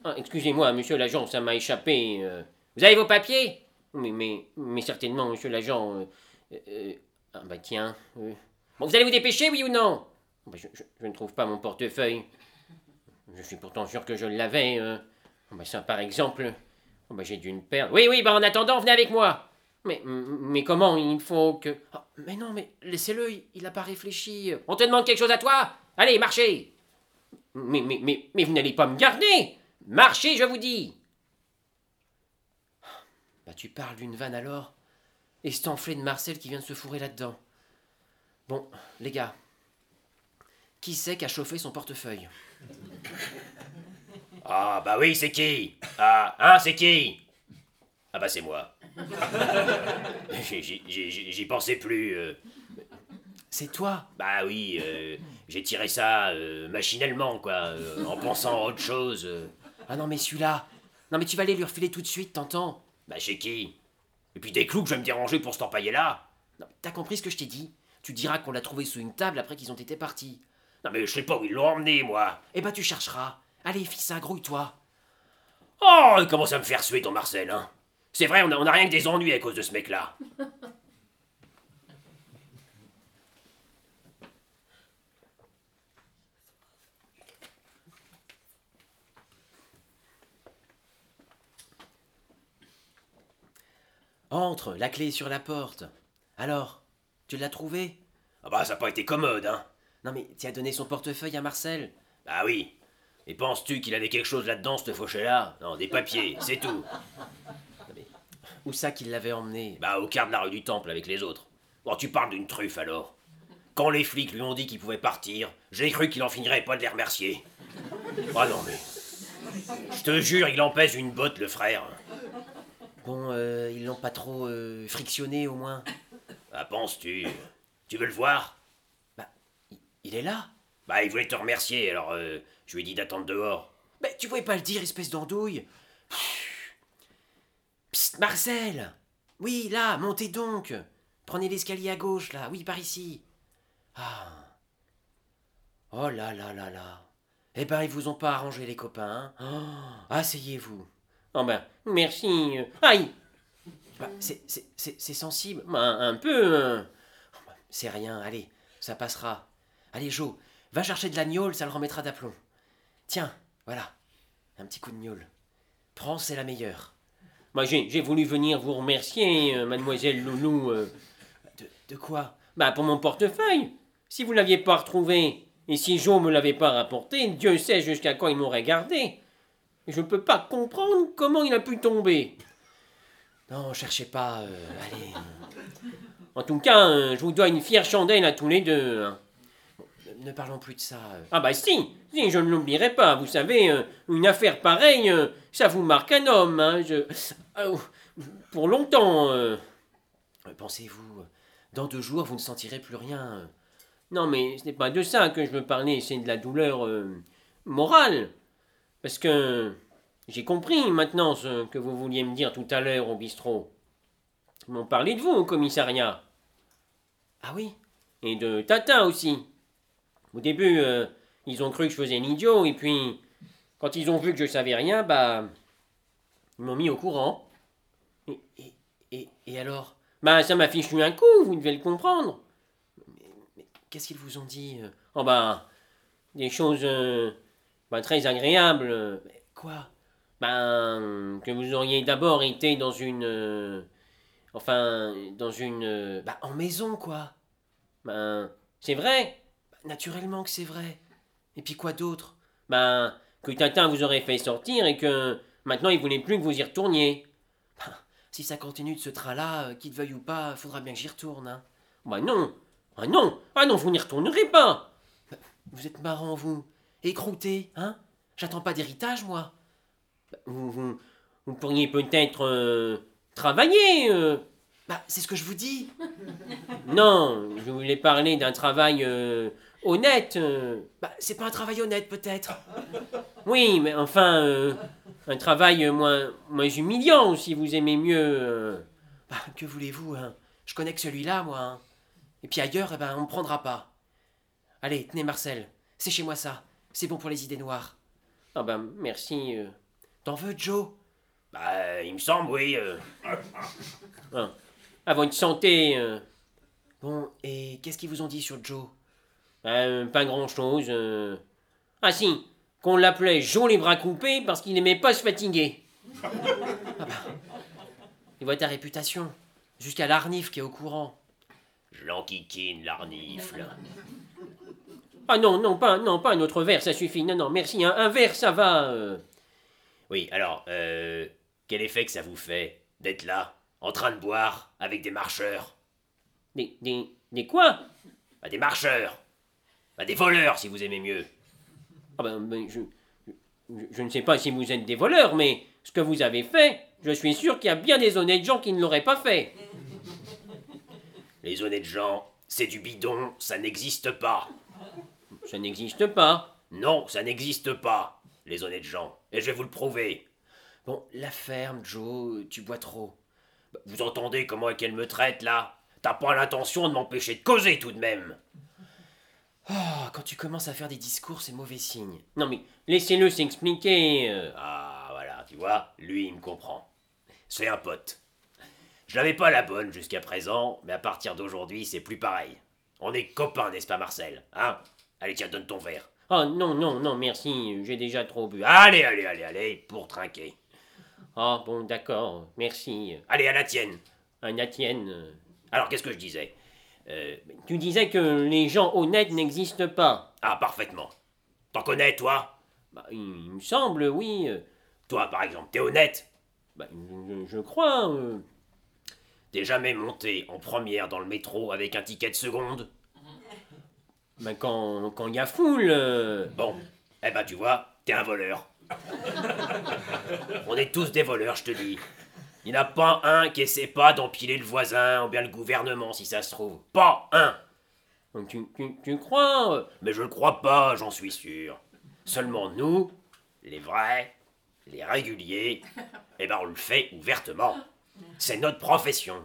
Speaker 2: Ah, Excusez-moi, monsieur l'agent, ça m'a échappé. euh. Vous avez vos papiers mais, mais, mais certainement, monsieur l'agent. euh, euh, euh, ah, bah tiens. euh. Bon, vous allez vous dépêcher, oui ou non Bah, je, je- je ne trouve pas mon portefeuille. Je suis pourtant sûr que je l'avais. euh. Bah, ça, par exemple. Oh, bah, J'ai dû le perdre. Oui, oui, bah, en attendant, venez avec moi. Mais, mais comment il faut que. Ah, mais non, mais laissez-le, il- il n'a pas réfléchi. On te demande quelque chose à toi Allez, marchez Mais, mais, mais, mais vous n'allez pas me garder Marchez, je vous dis Bah, tu parles d'une vanne alors Et cet enflé de Marcel qui vient de se fourrer là-dedans. Bon, les gars. Qui c'est qui a chauffé son portefeuille
Speaker 4: Ah bah oui, c'est qui Ah, hein, c'est qui Ah bah c'est moi. [laughs] J'y- j'y- J'y j'y pensais plus. euh.
Speaker 2: C'est toi
Speaker 4: Bah oui, euh, j'ai tiré ça euh, machinalement, quoi, euh, en pensant à autre chose. euh.
Speaker 2: Ah non, mais celui-là Non, mais tu vas aller lui refiler tout de suite, t'entends
Speaker 4: Bah chez qui Et puis des clous que je vais me déranger pour cet empailler là
Speaker 2: Non, mais t'as compris ce que je t'ai dit Tu diras qu'on l'a trouvé sous une table après qu'ils ont été partis.
Speaker 4: Non mais je sais pas où ils l'ont emmené, moi
Speaker 2: Eh ben, tu chercheras. Allez, fils, grouille-toi.
Speaker 4: Oh, il commence à me faire suer ton Marcel, hein C'est vrai, on a, on a rien que des ennuis à cause de ce mec-là.
Speaker 2: Entre, la clé est sur la porte. Alors, tu l'as trouvé
Speaker 4: Ah bah ça a pas été commode, hein
Speaker 2: Non, mais tu as donné son portefeuille à Marcel.
Speaker 4: Bah oui. Et penses-tu qu'il avait quelque chose là-dedans, ce fauché-là Non, des
Speaker 3: [laughs]
Speaker 4: papiers, c'est tout.
Speaker 2: Où ça qu'il l'avait emmené Oh,
Speaker 4: Bah au quart de la rue du Temple avec les autres. Bon, tu parles d'une truffe alors.
Speaker 2: Quand les flics lui ont dit qu'il pouvait partir, j'ai cru qu'il en finirait pas de les remercier. Ah non, mais. Je te jure, il en pèse une botte, le frère.
Speaker 1: Bon, euh, ils l'ont pas trop euh, frictionné au moins.
Speaker 2: Ah, penses-tu Tu veux le voir
Speaker 1: Bah, Il est là
Speaker 2: Bah, il voulait te remercier, alors euh, je lui ai dit d'attendre dehors.
Speaker 1: Mais tu pouvais pas le dire, espèce d'andouille. Psst, Marcel Oui, là, montez donc Prenez l'escalier à gauche, là, oui, par ici. Ah. Oh là là là là. Eh ben, ils vous ont pas arrangé, les copains. hein. Oh, Asseyez-vous. Oh ben, merci. euh, Aïe Bah, c'est- C'est c'est- c'est sensible, Bah, un, un peu. hein. Oh, bah, C'est rien, allez, ça passera. Allez, Joe, va chercher de la gnôle, ça le remettra d'aplomb. Tiens, voilà, un petit coup de gnôle. Prends, c'est la meilleure.
Speaker 2: Moi, j'ai voulu venir vous remercier, euh, mademoiselle Loulou. euh,
Speaker 1: De, de quoi
Speaker 2: Bah, pour mon portefeuille. Si vous l'aviez pas retrouvé, et si Joe me l'avait pas rapporté, Dieu sait jusqu'à quand il m'aurait gardé. Je peux pas comprendre comment il a pu tomber.
Speaker 1: Non, cherchez pas, euh, allez. euh,
Speaker 2: En tout cas, euh, je vous dois une fière chandelle à tous les deux. hein.
Speaker 1: ne parlons plus de ça. euh.
Speaker 2: Ah bah si, si, je ne l'oublierai pas. Vous savez, euh, une affaire pareille, euh, ça vous marque un homme. hein, je... Ah, ouf, pour longtemps. euh.
Speaker 1: Euh, Pensez-vous, euh, dans deux jours, vous ne sentirez plus rien. euh.
Speaker 2: Non, mais ce n'est pas de ça que je veux parler, c'est de la douleur euh, morale. Parce que j'ai compris maintenant ce que vous vouliez me dire tout à l'heure au bistrot. Ils m'ont parlé de vous au commissariat.
Speaker 1: Ah oui
Speaker 2: Et de Tata aussi. Au début, euh, ils ont cru que je faisais l'idiot, et puis, quand ils ont vu que je savais rien, bah. Ils m'ont mis au courant.
Speaker 1: et, et alors,
Speaker 2: Bah, ça m'a fichu un coup, vous devez le comprendre.
Speaker 1: qu'est-ce qu'ils vous ont dit euh
Speaker 2: Oh, bah. Des choses. euh, bah, très agréables. euh,
Speaker 1: Quoi
Speaker 2: Ben, que vous auriez d'abord été dans une. euh, enfin, dans une. euh,
Speaker 1: Bah, en maison, quoi.
Speaker 2: ben, c'est vrai.
Speaker 1: Bah, naturellement que c'est vrai. Et puis quoi d'autre
Speaker 2: Ben, que Tintin vous aurait fait sortir et que maintenant il voulait plus que vous y retourniez.
Speaker 1: Si ça continue de ce train-là, euh, qu'il veuille ou pas, faudra bien que j'y retourne. hein.
Speaker 2: Ben non. Ah non. Ah non, vous n'y retournerez pas.
Speaker 1: Vous êtes marrant, vous. Écrouté, hein J'attends pas d'héritage, moi.
Speaker 2: Vous, vous, vous pourriez peut-être euh, travailler. euh.
Speaker 1: Bah, c'est ce que je vous dis.
Speaker 2: Non, je voulais parler d'un travail euh, honnête. euh.
Speaker 1: Bah, c'est pas un travail honnête, peut-être.
Speaker 2: Oui, mais enfin, euh, un travail euh, moins, moins humiliant si vous aimez mieux. euh.
Speaker 1: Bah, que voulez-vous, hein Je connais que celui-là, moi. hein. Et puis ailleurs, eh ben, on me prendra pas. Allez, tenez, Marcel. C'est chez moi, ça. C'est bon pour les idées noires.
Speaker 2: Ah ben, merci. euh.
Speaker 1: T'en veux, Joe
Speaker 2: Bah, il me semble, oui. [laughs] Ah. à votre santé, euh,
Speaker 1: Bon, et qu'est-ce qu'ils vous ont dit sur Joe
Speaker 2: euh, pas grand-chose. euh. Ah si, qu'on l'appelait Jean les bras coupés parce qu'il n'aimait pas se [laughs] fatiguer.
Speaker 1: Il voit ta réputation. Jusqu'à l'arnif qui est au courant.
Speaker 2: Je l'enquiquine, l'arnifle. Ah non, non, pas, non, pas un autre verre, ça suffit. Non, non, merci, hein. un, un verre, ça va. euh. Oui, alors, euh, quel effet que ça vous fait d'être là, en train de boire, avec des marcheurs Des, des, des quoi Des marcheurs Bah, Des voleurs, si vous aimez mieux. Ah ben, ben, je, je- je ne sais pas si vous êtes des voleurs, mais ce que vous avez fait, je suis sûr qu'il y a bien des honnêtes gens qui ne l'auraient pas fait. Les honnêtes gens, c'est du bidon, ça n'existe pas. Ça n'existe pas. Non, ça n'existe pas, les honnêtes gens. Et je vais vous le prouver.
Speaker 1: Bon, la ferme, Joe, tu bois trop.
Speaker 2: Bah, Vous entendez comment qu'elle me traite là T'as pas l'intention de m'empêcher de causer tout de même.
Speaker 1: Oh, quand tu commences à faire des discours, c'est mauvais signe.
Speaker 2: Non mais laissez-le s'expliquer. euh. Ah voilà, tu vois, lui il me comprend. C'est un pote. Je l'avais pas la bonne jusqu'à présent, mais à partir d'aujourd'hui c'est plus pareil. On est copains, n'est-ce pas Marcel Hein Allez tiens, donne ton verre. Oh non, non, non, merci, j'ai déjà trop bu. Allez, allez, allez, allez, pour trinquer. Ah bon, d'accord, merci. Allez, à la tienne. À la tienne. euh. Alors qu'est-ce que je disais Euh, Tu disais que les gens honnêtes n'existent pas. Ah, parfaitement. T'en connais, toi bah, il, il me semble, oui. Toi, par exemple, t'es honnête bah, je, je crois. euh. T'es jamais monté en première dans le métro avec un ticket de seconde Ben quand quand il y a foule. euh,
Speaker 3: Bon, eh ben tu vois, t'es un voleur. On est tous des voleurs, je te dis. Il n'y en a pas un qui essaie pas d'empiler le voisin ou bien le gouvernement, si ça se trouve. Pas un
Speaker 2: donc tu, tu, tu crois euh,
Speaker 3: Mais je le crois pas, j'en suis sûr. Seulement nous, les vrais, les réguliers, eh ben on le fait ouvertement. C'est notre profession.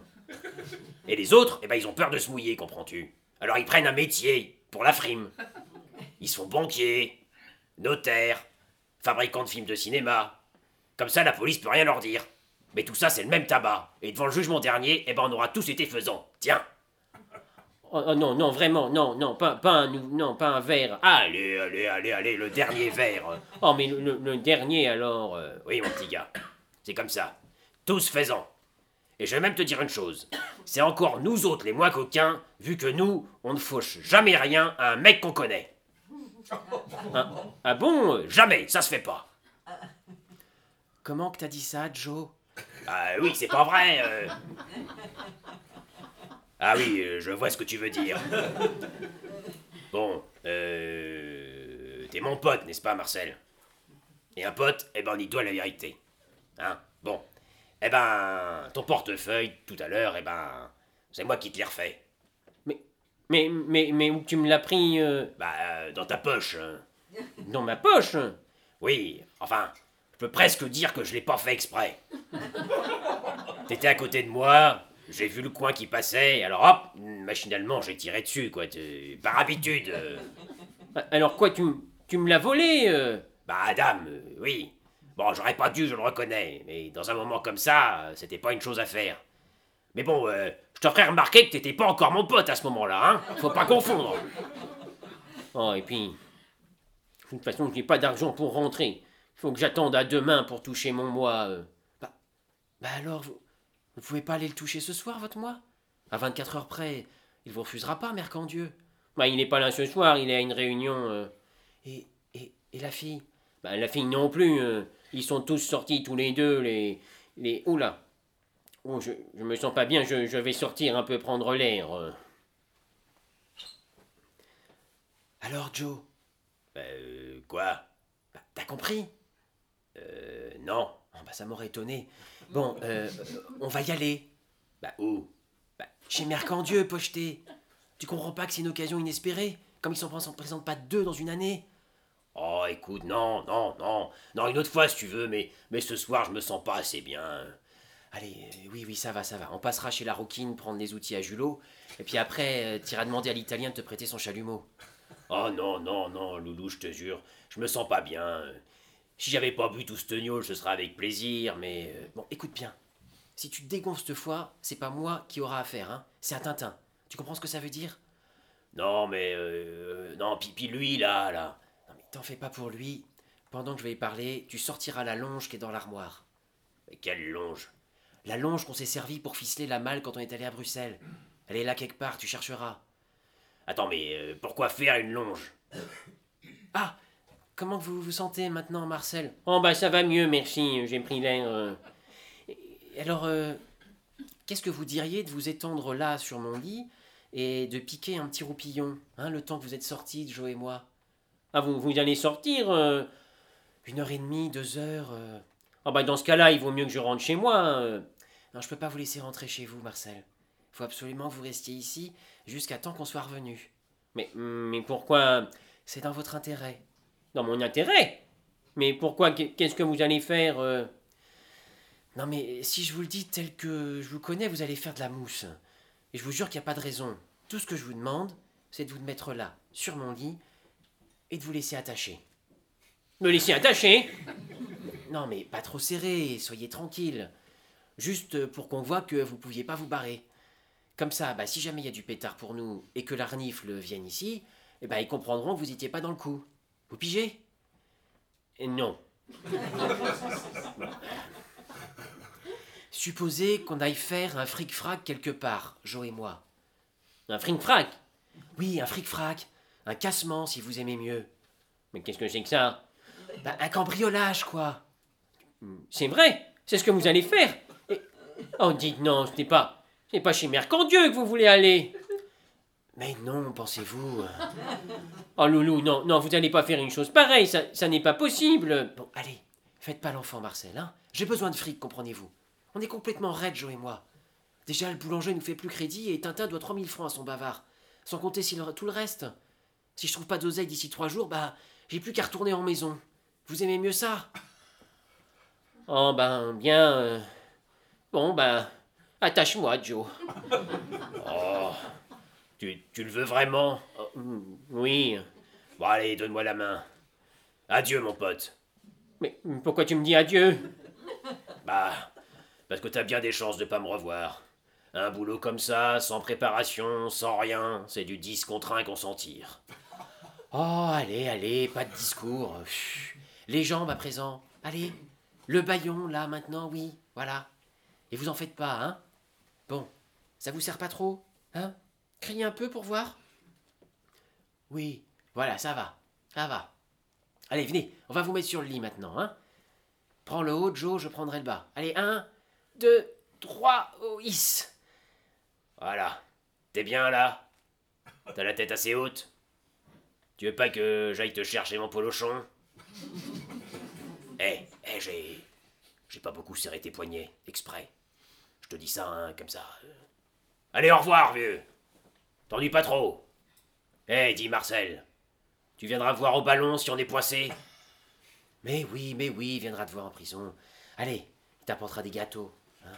Speaker 3: Et les autres, eh ben ils ont peur de se mouiller, comprends-tu Alors ils prennent un métier pour la frime. Ils sont banquiers, notaires, fabricants de films de cinéma. Comme ça, la police peut rien leur dire. Mais tout ça, c'est le même tabac. Et devant le jugement dernier, eh ben on aura tous été faisants. Tiens
Speaker 2: oh, oh non non vraiment non non pas pas un nou- non pas un verre. Ah
Speaker 3: Allez, allez, allez, allez, le dernier verre
Speaker 2: oh mais le, le- le dernier alors. euh,
Speaker 3: Oui, mon petit gars. C'est comme ça. Tous faisant. Et je vais même te dire une chose. C'est encore nous autres les moins coquins, vu que nous, on ne fauche jamais rien à un mec qu'on connaît.
Speaker 2: ah bon euh,
Speaker 3: Jamais, ça se fait pas.
Speaker 2: Comment que t'as dit ça Joe
Speaker 3: Ah oui, c'est pas vrai. euh. Ah oui, euh, je vois ce que tu veux dire. Bon, euh... T'es mon pote, n'est-ce pas, Marcel Et un pote, eh ben, on y doit la vérité. Hein Bon. Eh ben, ton portefeuille, tout à l'heure, eh ben... C'est moi qui te l'ai refait.
Speaker 2: Mais mais mais où tu me l'as pris euh,
Speaker 3: Bah, euh, dans ta poche. hein.
Speaker 2: dans ma poche hein.
Speaker 3: Oui, enfin, je peux presque dire que je l'ai pas fait exprès. T'étais à côté de moi, j'ai vu le coin qui passait, alors hop, machinalement j'ai tiré dessus, quoi, t'es- par habitude. euh.
Speaker 2: [laughs] Alors quoi tu m- tu me l'as volé euh
Speaker 3: Bah, dame, euh, oui. Bon, j'aurais pas dû, je le reconnais, mais dans un moment comme ça, euh, c'était pas une chose à faire. Mais bon, euh, je te ferai remarquer que t'étais pas encore mon pote à ce moment-là, hein Faut pas confondre.
Speaker 2: [laughs] Oh, et puis, de toute façon, j'ai pas d'argent pour rentrer. Il faut que j'attende à demain pour toucher mon mois. euh. Bah, bah alors, vous, vous pouvez pas aller le toucher ce soir, votre mois À 24 heures près, il vous refusera pas, Mercandieu. Bah, il n'est pas là ce soir, il est à une réunion. euh. Et, et, et la fille Bah, la fille non plus. euh. Ils sont tous sortis, tous les deux, les. les... Oula Oh, je, je me sens pas bien, je, je vais sortir un peu prendre l'air. euh. Alors, Joe
Speaker 3: Bah, euh, quoi
Speaker 2: bah, T'as compris
Speaker 3: Euh, non.
Speaker 2: Oh, bah, Ça m'aurait étonné. Bon, euh, euh, on va y aller.
Speaker 3: Bah, où
Speaker 2: Bah, chez Mercandieu, pocheté. Tu comprends pas que c'est une occasion inespérée Comme ils s'en pré- s'en présentent pas deux dans une année
Speaker 3: Oh, écoute, non, non, non. Non, une autre fois si tu veux, mais, mais ce soir je me sens pas assez bien.
Speaker 2: Allez, euh, oui, oui, ça va, ça va. On passera chez la Roquine prendre les outils à Julot. Et puis après, euh, t'iras demander à l'Italien de te prêter son chalumeau.
Speaker 3: Oh non, non, non, loulou, je te jure, je me sens pas bien. Si j'avais pas bu tout ce gnôle, ce serait avec plaisir, mais. euh,
Speaker 2: Bon, écoute bien. Si tu te dégonfles cette fois, c'est pas moi qui aura affaire, hein. C'est à Tintin. Tu comprends ce que ça veut dire
Speaker 3: non, mais. euh, non, pipi, lui, là, là.
Speaker 2: Non, mais t'en fais pas pour lui. Pendant que je vais y parler, tu sortiras la longe qui est dans l'armoire.
Speaker 3: Mais Quelle longe.
Speaker 2: La longe qu'on s'est servie pour ficeler la malle quand on est allé à Bruxelles. Elle est là quelque part, tu chercheras.
Speaker 3: Attends, mais euh, pourquoi faire une longe
Speaker 2: Ah Comment que vous vous sentez maintenant, Marcel Oh bah ça va mieux, merci, j'ai pris l'air. euh. Et Alors, euh, qu'est-ce que vous diriez de vous étendre là sur mon lit et de piquer un petit roupillon, hein, le temps que vous êtes sortis, Joe et moi Ah, vous, vous allez sortir euh, Une heure et demie, deux heures euh. Ah bah dans ce cas-là, il vaut mieux que je rentre chez moi. euh. Non, je peux pas vous laisser rentrer chez vous, Marcel. Faut absolument que vous restiez ici jusqu'à temps qu'on soit revenu. Mais, mais pourquoi C'est dans votre intérêt. Dans mon intérêt Mais pourquoi Qu'est- Qu'est-ce que vous allez faire euh Non mais si je vous le dis tel que je vous connais, vous allez faire de la mousse. Et je vous jure qu'il n'y a pas de raison. Tout ce que je vous demande, c'est de vous mettre là, sur mon lit, et de vous laisser attacher. Me laisser attacher Non mais pas trop serré, soyez tranquille. Juste pour qu'on voit que vous pouviez pas vous barrer. Comme ça, bah, si jamais il y a du pétard pour nous et que la renifle vienne ici, eh ben, ils comprendront que vous n'étiez pas dans le coup. Vous pigez Et Non. Supposez qu'on aille faire un fric-frac quelque part, Joe et moi. Un fric-frac Oui, un fric-frac. Un cassement, si vous aimez mieux. Mais qu'est-ce que c'est que ça Bah, Un cambriolage, quoi. C'est vrai, c'est ce que vous allez faire. Et- Oh, dites non, ce n'est pas... C'est pas chez Mercandieu que vous voulez aller. Mais non, pensez-vous. Oh loulou, non, non, vous n'allez pas faire une chose pareille, ça, ça n'est pas possible. Bon, allez, faites pas l'enfant, Marcel, hein. J'ai besoin de fric, comprenez-vous. On est complètement raides, Joe et moi. Déjà, le boulanger nous fait plus crédit et Tintin doit 3000 francs à son bavard. Sans compter s'il aura tout le reste. Si je trouve pas d'oseille d'ici trois jours, bah, j'ai plus qu'à retourner en maison. Vous aimez mieux ça Oh, ben, bien. euh, Bon, ben, attache-moi, Joe.
Speaker 3: [laughs] Oh, tu, tu le veux vraiment
Speaker 2: Oh, mm, oui.
Speaker 3: Bon, allez, donne-moi la main. Adieu, mon pote.
Speaker 2: Mais pourquoi tu me dis adieu
Speaker 3: Bah, parce que t'as bien des chances de pas me revoir. Un boulot comme ça, sans préparation, sans rien, c'est du 10 contre 1 qu'on s'en tire.
Speaker 2: Oh, allez, allez, pas de discours. Chut. Les jambes à présent. Allez, le baillon, là, maintenant, oui, voilà. Et vous en faites pas, hein Bon, ça vous sert pas trop, hein Criez un peu pour voir Oui, voilà, ça va, ça va. Allez, venez, on va vous mettre sur le lit maintenant, hein Prends le haut, Joe, je prendrai le bas. Allez, un, deux, trois, oh, hisse
Speaker 3: Voilà. T'es bien là T'as la tête assez haute Tu veux pas que j'aille te chercher mon polochon Hé, hé, j'ai. J'ai pas beaucoup serré tes poignets, exprès. Je te dis ça, hein, comme ça. Allez, au revoir, vieux T'ennuies pas trop Hé,
Speaker 2: Eh,
Speaker 3: dis Marcel, tu viendras me voir au ballon si on est poissé
Speaker 2: Mais oui, mais oui, il viendra te voir en prison. Allez, il t'apportera des gâteaux. hein.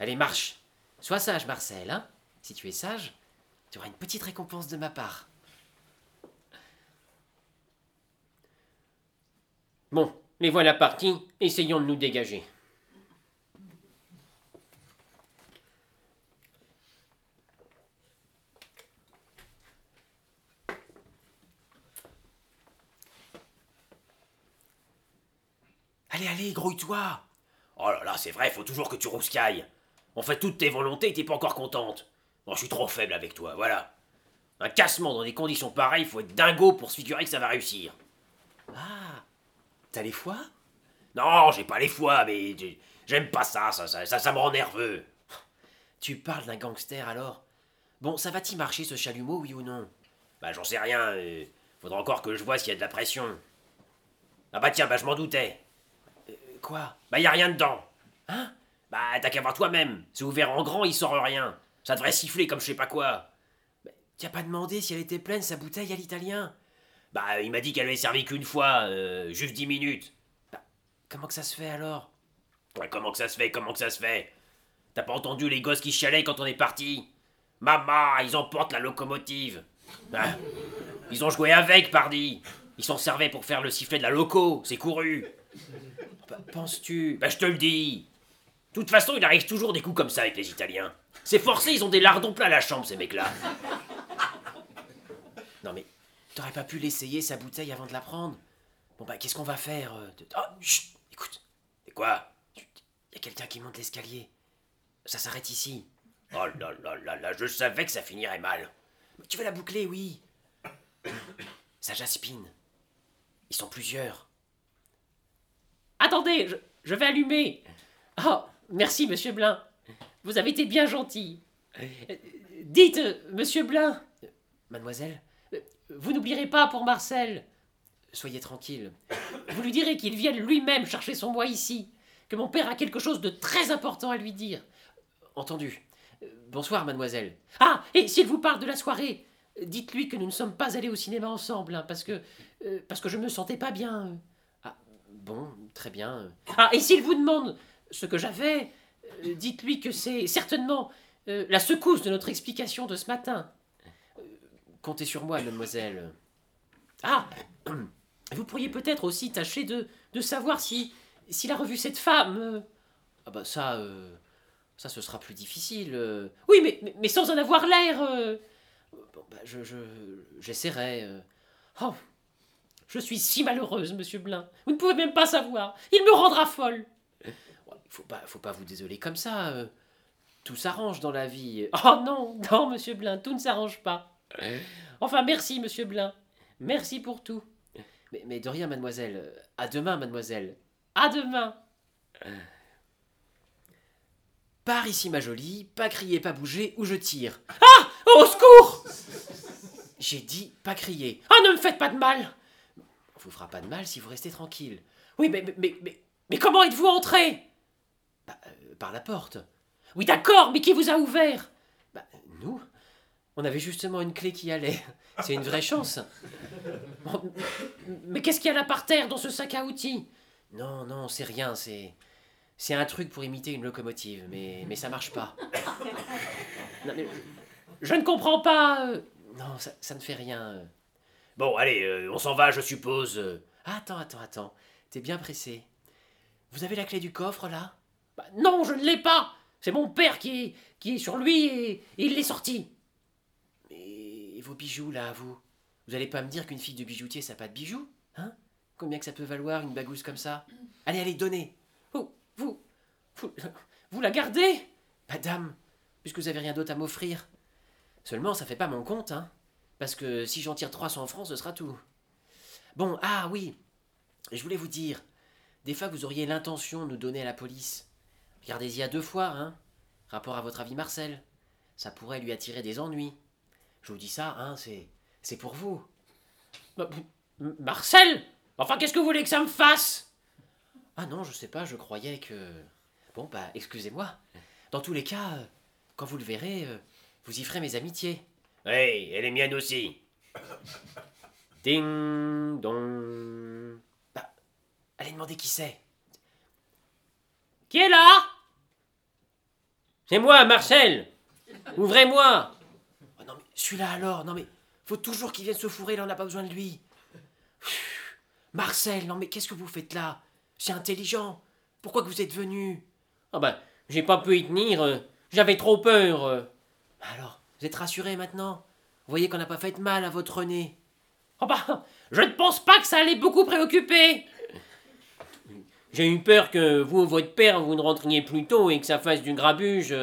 Speaker 2: Allez, marche. Sois sage, Marcel. Hein si tu es sage, tu auras une petite récompense de ma part. Bon, les voilà partis. Essayons de nous dégager. Allez, allez, grouille-toi.
Speaker 3: Oh là là, c'est vrai, faut toujours que tu rouscailles. On fait toutes tes volontés et t'es pas encore contente. Bon, je suis trop faible avec toi, voilà. Un cassement dans des conditions pareilles, faut être dingo pour se figurer que ça va réussir.
Speaker 2: Ah, t'as les foies
Speaker 3: Non, j'ai pas les foies, mais j'ai- j'aime pas ça, ça, ça, ça, ça me rend nerveux.
Speaker 2: Tu parles d'un gangster alors Bon, ça va-t-il marcher ce chalumeau, oui ou non
Speaker 3: Bah, j'en sais rien, euh, faudra encore que je vois s'il y a de la pression. Ah bah tiens, bah je m'en doutais.
Speaker 2: Quoi
Speaker 3: Bah, y a rien dedans. Hein Bah, t'as qu'à voir toi-même. C'est ouvert en grand, il sort rien. Ça devrait siffler comme je sais pas quoi.
Speaker 2: Tu as pas demandé si elle était pleine, sa bouteille à l'italien
Speaker 3: Bah, il m'a dit qu'elle avait servi qu'une fois, euh, juste dix minutes. Bah,
Speaker 2: Comment que ça se fait alors
Speaker 3: Ouais, comment que ça se fait, comment que ça se fait T'as pas entendu les gosses qui chialaient quand on est parti Maman, ils emportent la locomotive Ah, Ils ont joué avec, pardi Ils s'en servaient pour faire le sifflet de la loco, c'est couru
Speaker 2: Penses-tu
Speaker 3: Bah je te le dis De toute façon, il arrive toujours des coups comme ça avec les Italiens. C'est forcé, ils ont des lardons plein la chambre, ces mecs-là
Speaker 2: Non mais, t'aurais pas pu l'essayer sa bouteille avant de la prendre Bon bah, qu'est-ce qu'on va faire euh, de- Oh, chut Écoute,
Speaker 3: Et quoi
Speaker 2: y a quelqu'un qui monte l'escalier. Ça s'arrête ici.
Speaker 3: Oh là là là là, je savais que ça finirait mal
Speaker 2: Mais Tu veux la boucler, oui [coughs] Ça jaspine. Ils sont plusieurs. Attendez, je, je vais allumer. Oh, merci, monsieur Blin. Vous avez été bien gentil. Euh, Dites, euh, monsieur Blin. Euh, Mademoiselle, euh, vous n'oublierez pas pour Marcel. Soyez tranquille. Vous lui direz qu'il vienne lui-même chercher son bois ici. Que mon père a quelque chose de très important à lui dire. Entendu. Euh, Bonsoir, mademoiselle. Ah, et s'il vous parle de la soirée, euh, dites-lui que nous ne sommes pas allés au cinéma ensemble, hein, parce que euh, parce que je me sentais pas bien. euh. Ah, bon, très bien. euh. Ah, et s'il vous demande ce que j'avais, euh, dites-lui que c'est certainement euh, la secousse de notre explication de ce matin. Euh, comptez sur moi, mademoiselle. Ah, [clears throat] vous pourriez peut-être aussi tâcher de, de savoir si s'il a revu cette femme. euh. Ah bah ça. euh, ça, ce sera plus difficile. euh. Oui, mais, mais, mais sans en avoir l'air. euh. Bon, bah, je, je, j'essaierai. euh. Oh, je suis si malheureuse, monsieur Blin. Vous ne pouvez même pas savoir. Il me rendra folle. Ouais, Faut pas, faut pas vous désoler comme ça. euh. Tout s'arrange dans la vie. Oh non, non, monsieur Blin, tout ne s'arrange pas. Enfin, merci, monsieur Blin. Merci pour tout. Mais, mais de rien, mademoiselle. À demain, mademoiselle. À demain. Pars ici, ma jolie, pas crier, pas bouger, ou je tire. Ah Au secours J'ai dit pas crier. Ah, ne me faites pas de mal On vous fera pas de mal si vous restez tranquille. Oui, mais, mais, mais, mais, mais comment êtes-vous entré Bah, euh, par la porte. Oui, d'accord, mais qui vous a ouvert Bah, nous. On avait justement une clé qui allait. C'est une vraie chance. Bon, mais qu'est-ce qu'il y a là par terre dans ce sac à outils Non, non, c'est rien, c'est. C'est un truc pour imiter une locomotive, mais, mais ça marche pas. Non, mais je ne comprends pas. euh, Non, ça, ça ne fait rien. euh.
Speaker 3: Bon, allez, euh, on s'en va, je suppose. euh.
Speaker 2: Attends, attends, attends. T'es bien pressé. Vous avez la clé du coffre là Bah, Non, je ne l'ai pas. C'est mon père qui, qui est sur lui et, et il l'est sorti. Mais et vos bijoux là, vous Vous allez pas me dire qu'une fille de bijoutier ça a pas de bijoux Hein Combien que ça peut valoir une bagousse comme ça Allez, allez, donnez. Vous, vous, vous, [laughs] vous la gardez Madame, puisque vous avez rien d'autre à m'offrir. Seulement, ça fait pas mon compte, hein Parce que si j'en tire 300 francs, ce sera tout. Bon, ah oui, je voulais vous dire, des fois que vous auriez l'intention de nous donner à la police. Regardez-y à deux fois, hein. Rapport à votre avis, Marcel. Ça pourrait lui attirer des ennuis. Je vous dis ça, hein, c'est, c'est pour vous. Ma- M- Marcel Enfin, qu'est-ce que vous voulez que ça me fasse Ah non, je sais pas, je croyais que. Bon, bah, excusez-moi. Dans tous les cas, euh, quand vous le verrez, euh, vous y ferez mes amitiés.
Speaker 3: Hey, et les miennes aussi.
Speaker 2: Ding dong. Bah, allez demander qui c'est. Qui est là
Speaker 3: C'est moi, Marcel Ouvrez-moi
Speaker 2: Oh non, mais celui-là alors, non mais faut toujours qu'il vienne se fourrer, là on n'a pas besoin de lui. Pfiou. Marcel, non mais qu'est-ce que vous faites là C'est intelligent. Pourquoi que vous êtes venu
Speaker 3: Ah bah, j'ai pas pu y tenir, euh, j'avais trop peur. euh.
Speaker 2: Alors, vous êtes rassuré maintenant Vous voyez qu'on n'a pas fait de mal à votre René.
Speaker 3: Oh bah, je ne pense pas que ça allait beaucoup préoccuper. J'ai eu peur que vous ou votre père vous ne rentriez plus tôt et que ça fasse du grabuge.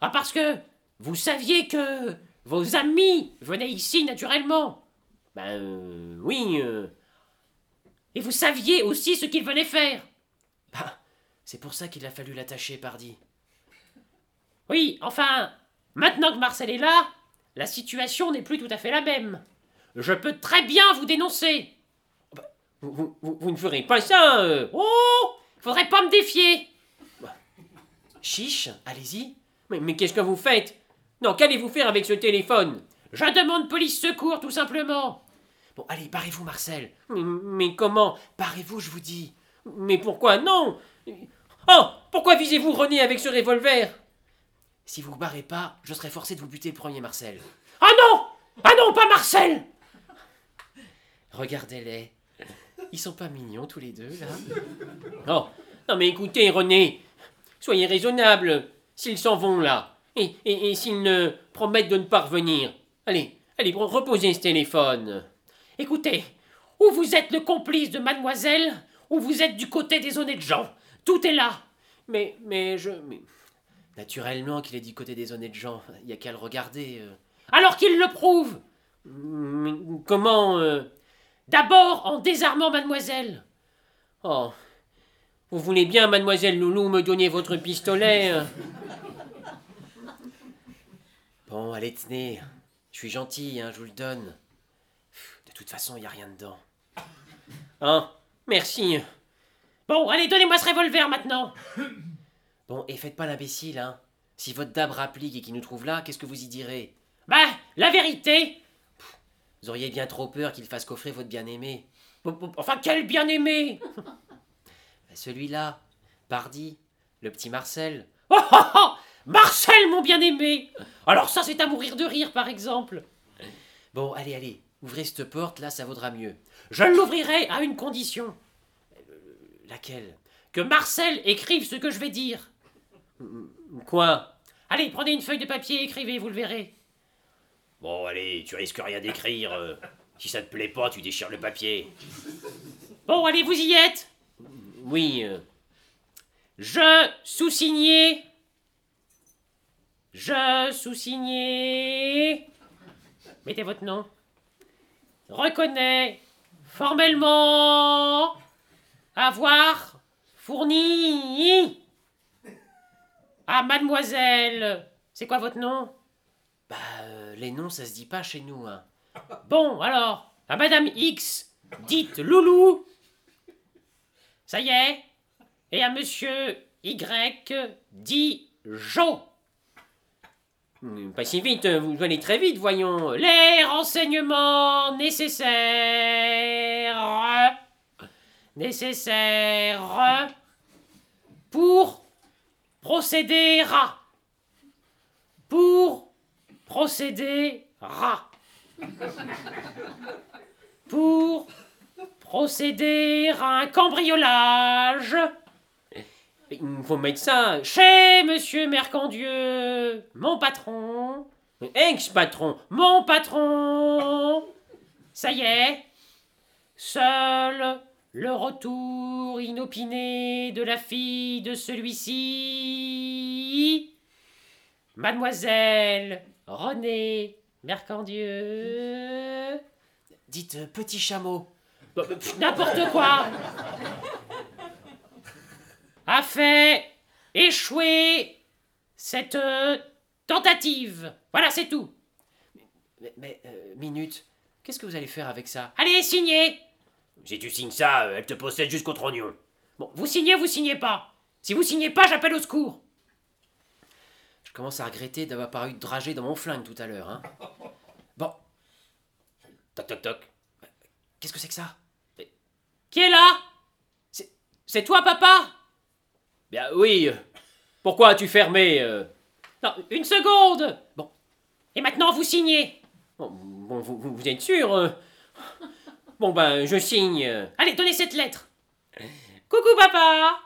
Speaker 3: Ah parce que vous saviez que vos amis venaient ici naturellement. Ben euh, oui. euh. Et vous saviez aussi ce qu'ils venaient faire.
Speaker 2: Bah, c'est pour ça qu'il a fallu l'attacher, pardi.
Speaker 3: Oui, enfin, maintenant que Marcel est là, la situation n'est plus tout à fait la même. Je peux très bien vous dénoncer. Oh, bah, Vous, vous- vous- vous ne ferez pas ça. euh. Oh Faudrait pas me défier.
Speaker 2: Chiche, allez-y.
Speaker 3: Mais, mais qu'est-ce que vous faites Non, qu'allez-vous faire avec ce téléphone
Speaker 2: Je demande police secours, tout simplement. Bon, allez, barrez-vous, Marcel.
Speaker 3: mais, mais comment
Speaker 2: Barrez-vous, je vous dis.
Speaker 3: Mais pourquoi non Oh Pourquoi visez-vous René avec ce revolver
Speaker 2: Si vous vous barrez pas, je serai forcé de vous buter le premier, Marcel.
Speaker 3: Ah non Ah non, pas Marcel
Speaker 2: Regardez-les. Ils sont pas mignons tous les deux, là
Speaker 3: Oh, non mais écoutez, René, soyez raisonnable. S'ils s'en vont là, et, et, et s'ils ne promettent de ne pas revenir, allez, allez, re- reposez ce téléphone.
Speaker 2: Écoutez, ou vous êtes le complice de mademoiselle, ou vous êtes du côté des honnêtes gens. Tout est là.
Speaker 3: Mais, mais je. mais-
Speaker 2: Naturellement qu'il est du côté des honnêtes gens. Il y a qu'à le regarder. euh.
Speaker 3: Alors qu'il le prouve Mais Comment. euh,
Speaker 2: D'abord en désarmant mademoiselle.
Speaker 3: Oh. Vous voulez bien, mademoiselle Loulou, me donner votre pistolet
Speaker 2: hein.
Speaker 3: euh
Speaker 2: Bon, allez, tenez. Je suis gentil, hein, je vous le donne. Pff, De toute façon, il n'y a rien dedans.
Speaker 3: Hein Merci.
Speaker 2: Bon, allez, donnez-moi ce revolver maintenant. Bon, et faites pas l'imbécile, hein. Si votre dame rapplique et qu'il nous trouve là, qu'est-ce que vous y direz
Speaker 3: Bah, la vérité
Speaker 2: Vous auriez bien trop peur qu'il fasse coffrer votre bien-aimé.
Speaker 3: Enfin, quel bien-aimé
Speaker 2: Bah, Celui-là, Pardi, le petit Marcel.
Speaker 3: Oh, oh, oh Marcel, mon bien-aimé Alors ça, c'est à mourir de rire, par exemple.
Speaker 2: Bon, allez, allez, ouvrez cette porte, là, ça vaudra mieux.
Speaker 3: Je l'ouvrirai à une condition. Euh,
Speaker 2: Laquelle
Speaker 3: Que Marcel écrive ce que je vais dire. Mm, Quoi Allez, prenez une feuille de papier, écrivez, vous le verrez. Bon, allez, tu risques rien d'écrire. euh. Si ça te plaît pas, tu déchires le papier. Bon, allez, vous y êtes Oui. euh. Je sous-signé. Je sous-signé. Mettez votre nom. Reconnais formellement avoir fourni
Speaker 2: Ah,
Speaker 3: à mademoiselle. C'est quoi votre nom
Speaker 2: Bah, euh, les noms, ça se dit pas chez nous, hein. Bon, alors, à Madame X, dites Loulou. Ça y est. Et à Monsieur Y, dit Jo. Hmm, Pas si vite, vous allez très vite, voyons. Les renseignements nécessaires. Nécessaires. Pour procéder à. Pour procéder à. Pour procéder à un cambriolage. Il me faut mettre ça chez Monsieur Mercandieu, mon patron. Ex-patron, mon patron. Ça y est. Seul le retour inopiné de la fille de celui-ci. Mademoiselle Renée Mercandieu.
Speaker 3: Dites euh, petit chameau.
Speaker 2: Bah, bah, pff, N'importe quoi A fait échouer cette euh, tentative. Voilà, c'est tout.
Speaker 3: Mais, mais, euh, minute, qu'est-ce que vous allez faire avec ça
Speaker 2: Allez, signez
Speaker 3: Si tu signes ça, euh, elle te possède jusqu'au trognon.
Speaker 2: Bon, vous signez, vous signez pas. Si vous signez pas, j'appelle au secours.
Speaker 3: Je commence à regretter d'avoir paru dragé dans mon flingue tout à l'heure. Hein. Bon. Toc toc toc. Qu'est-ce que c'est que ça
Speaker 2: Qui est là C'est- C'est toi, papa
Speaker 3: Bien oui. euh, Pourquoi as-tu fermé euh
Speaker 2: Non, une seconde
Speaker 3: Bon.
Speaker 2: Et maintenant, vous signez
Speaker 3: Bon, bon, vous, vous- vous êtes sûr euh Bon ben, je signe. euh.
Speaker 2: Allez, donnez cette lettre Coucou, papa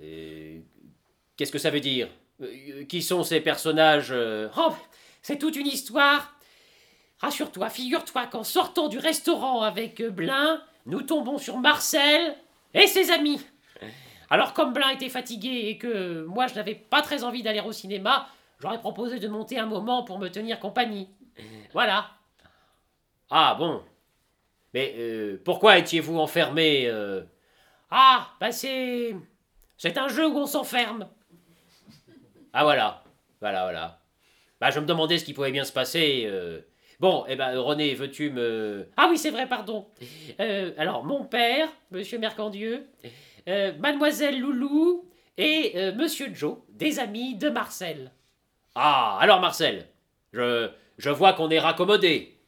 Speaker 3: Euh, Qu'est-ce que ça veut dire Euh, Qui sont ces personnages euh
Speaker 2: Oh, c'est toute une histoire. Rassure-toi, figure-toi qu'en sortant du restaurant avec euh, Blin, nous tombons sur Marcel et ses amis. Alors comme Blin était fatigué et que moi je n'avais pas très envie d'aller au cinéma, j'aurais proposé de monter un moment pour me tenir compagnie. Voilà.
Speaker 3: Ah bon. Mais euh, pourquoi étiez-vous enfermé euh
Speaker 2: Ah, bah c'est... C'est un jeu où on s'enferme.
Speaker 3: Ah voilà, voilà, voilà. Bah je me demandais ce qui pouvait bien se passer. euh. Bon, eh ben René, veux-tu me...
Speaker 2: Ah oui, c'est vrai, pardon. Euh, alors, mon père, Monsieur Mercandieu, euh, Mademoiselle Loulou et euh, Monsieur Joe, des amis de Marcel.
Speaker 3: Ah, alors Marcel, je, je vois qu'on est raccommodé.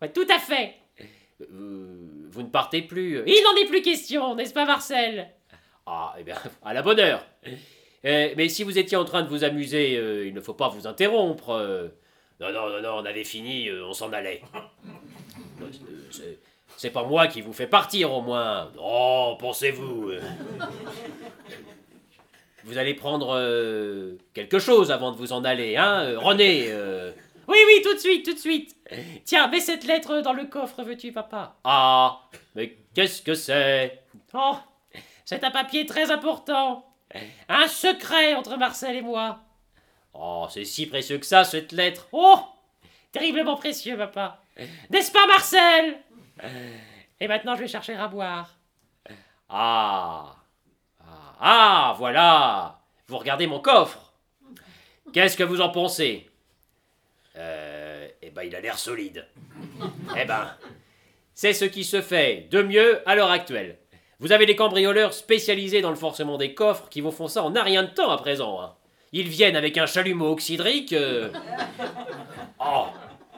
Speaker 2: Ouais, tout à fait.
Speaker 3: Euh, vous ne partez plus.
Speaker 2: Il n'en est plus question, n'est-ce pas, Marcel
Speaker 3: Ah, eh bien, [laughs] à la bonne heure. Euh, mais si vous étiez en train de vous amuser, euh, il ne faut pas vous interrompre. euh. Non, non, non, non, on avait fini, euh, on s'en allait. [laughs] Euh, c'est- C'est pas moi qui vous fais partir, au moins. Non, pensez-vous. euh. Vous allez prendre euh, quelque chose avant de vous en aller, hein, euh, René euh.
Speaker 2: Oui, oui, tout de suite, tout de suite. Tiens, mets cette lettre dans le coffre, veux-tu, papa
Speaker 3: Ah, mais qu'est-ce que c'est
Speaker 2: Oh, c'est un papier très important. Un secret entre Marcel et moi.
Speaker 3: Oh, c'est si précieux que ça, cette lettre.
Speaker 2: Oh, terriblement précieux, papa. N'est-ce pas, Marcel Et maintenant, je vais chercher à boire.
Speaker 3: Ah Ah, ah, voilà Vous regardez mon coffre Qu'est-ce que vous en pensez Euh. Eh ben, il a l'air solide. eh ben. C'est ce qui se fait de mieux à l'heure actuelle. Vous avez des cambrioleurs spécialisés dans le forcement des coffres qui vous font ça en un rien de temps à présent. hein. Ils viennent avec un chalumeau oxydrique. euh, Oh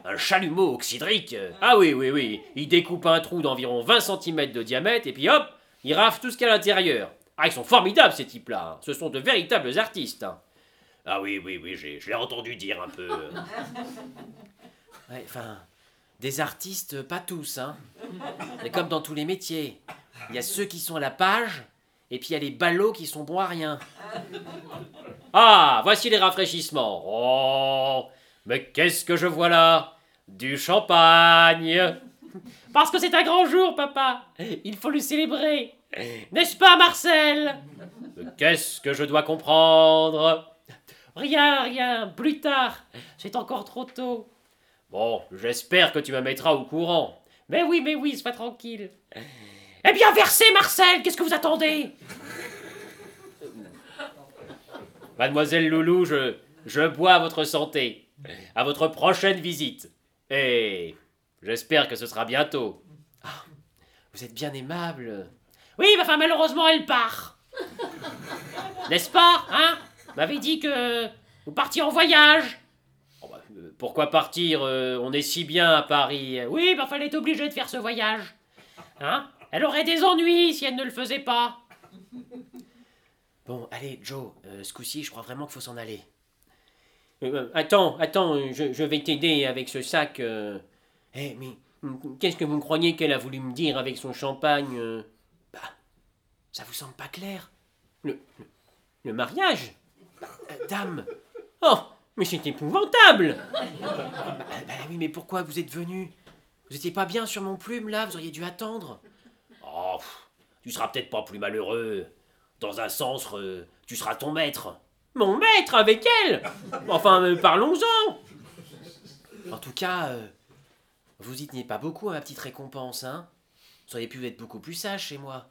Speaker 3: un chalumeau oxydrique euh. Ah oui, oui, oui. Ils découpent un trou d'environ 20 cm de diamètre et puis hop, ils rafent tout ce qu'il y a à l'intérieur. Ah, ils sont formidables ces types-là. hein. Ce sont de véritables artistes. hein. Ah oui, oui, oui, j'ai- je l'ai entendu dire un peu.
Speaker 1: Ouais, enfin, des artistes, euh, pas tous, hein. Mais comme dans tous les métiers, il y a ceux qui sont à la page, et puis il y a les ballots qui sont bons à rien.
Speaker 3: Ah, voici les rafraîchissements. Oh, mais qu'est-ce que je vois là Du champagne.
Speaker 2: Parce que c'est un grand jour, papa. Il faut le célébrer. N'est-ce pas, Marcel
Speaker 3: Mais Qu'est-ce que je dois comprendre
Speaker 2: Rien, rien, plus tard. C'est encore trop tôt.
Speaker 3: Bon, j'espère que tu me mettras au courant.
Speaker 2: Mais oui, mais oui, sois tranquille. Eh bien, versez, Marcel, qu'est-ce que vous attendez
Speaker 3: Mademoiselle Loulou, je, je bois à votre santé, à votre prochaine visite. Et
Speaker 2: J'espère que ce sera bientôt. Ah,
Speaker 1: Vous êtes bien aimable.
Speaker 2: Oui, mais enfin, malheureusement, elle part. N'est-ce pas, hein M'avait dit que vous partiez en voyage. Oh bah, euh, pourquoi partir euh, On est si bien à Paris. Oui, bah, fallait être obligée de faire ce voyage. Hein Elle aurait des ennuis si elle ne le faisait pas.
Speaker 1: Bon, allez, Joe, euh, ce coup-ci, je crois vraiment qu'il faut s'en aller.
Speaker 2: Euh, attends, attends, euh, je, je vais t'aider avec ce sac. euh. Eh, mais mm, qu'est-ce que vous croyez qu'elle a voulu me dire avec son champagne euh
Speaker 1: Ça vous semble pas clair
Speaker 2: Le mariage
Speaker 1: Euh, Dame
Speaker 2: Oh, mais c'est épouvantable
Speaker 1: Ah bah oui, mais pourquoi vous êtes venu Vous étiez pas bien sur mon plume, là Vous auriez dû attendre.
Speaker 3: Oh, pff, tu seras peut-être pas plus malheureux. Dans un sens, euh, tu seras ton maître.
Speaker 2: Mon maître avec elle Enfin, euh, parlons-en
Speaker 1: En tout cas, euh, vous y teniez pas beaucoup à ma petite récompense, hein Vous auriez pu être beaucoup plus sage chez moi.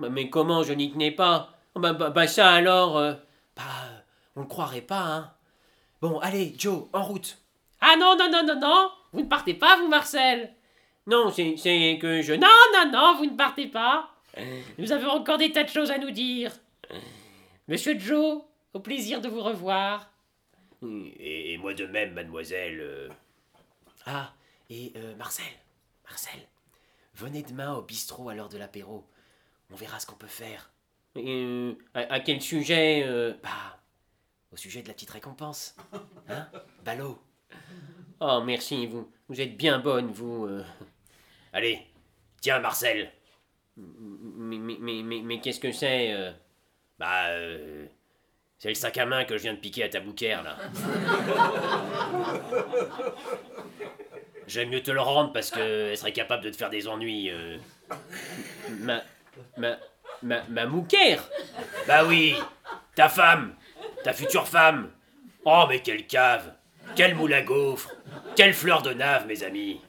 Speaker 2: Bah, Mais comment je n'y tenais pas bah, bah, bah, ça alors euh,
Speaker 1: Bah, euh, on le croirait pas, hein Bon, allez, Joe, en route
Speaker 2: Ah non, non, non, non, non Vous ne partez pas, vous, Marcel Non, c'est- c'est que je... Non, non, non, vous ne partez pas Nous avons encore des tas de choses à nous dire Monsieur Joe, au plaisir de vous revoir.
Speaker 3: Et, et moi de même, mademoiselle. euh.
Speaker 1: Ah, et euh, Marcel, Marcel, venez demain au bistrot à l'heure de l'apéro. On verra ce qu'on peut faire.
Speaker 2: Euh, à, à quel sujet euh,
Speaker 1: Bah, au sujet de la petite récompense. Hein Ballot
Speaker 2: Oh, merci, vous, vous êtes bien bonne, vous. euh.
Speaker 3: Allez, tiens, Marcel.
Speaker 2: Mais, mais, mais, mais, mais qu'est-ce que c'est euh
Speaker 3: Bah, euh, c'est le sac à main que je viens de piquer à ta bouquère, [laughs] là. J'aime mieux te le rendre parce qu'elle serait capable de te faire des ennuis. euh.
Speaker 2: Ma. Ma. Ma, ma mouquère
Speaker 3: Bah oui, ta femme, ta future femme. Oh, mais quelle cave, quelle moule à gaufre, quelle fleur de nave, mes amis.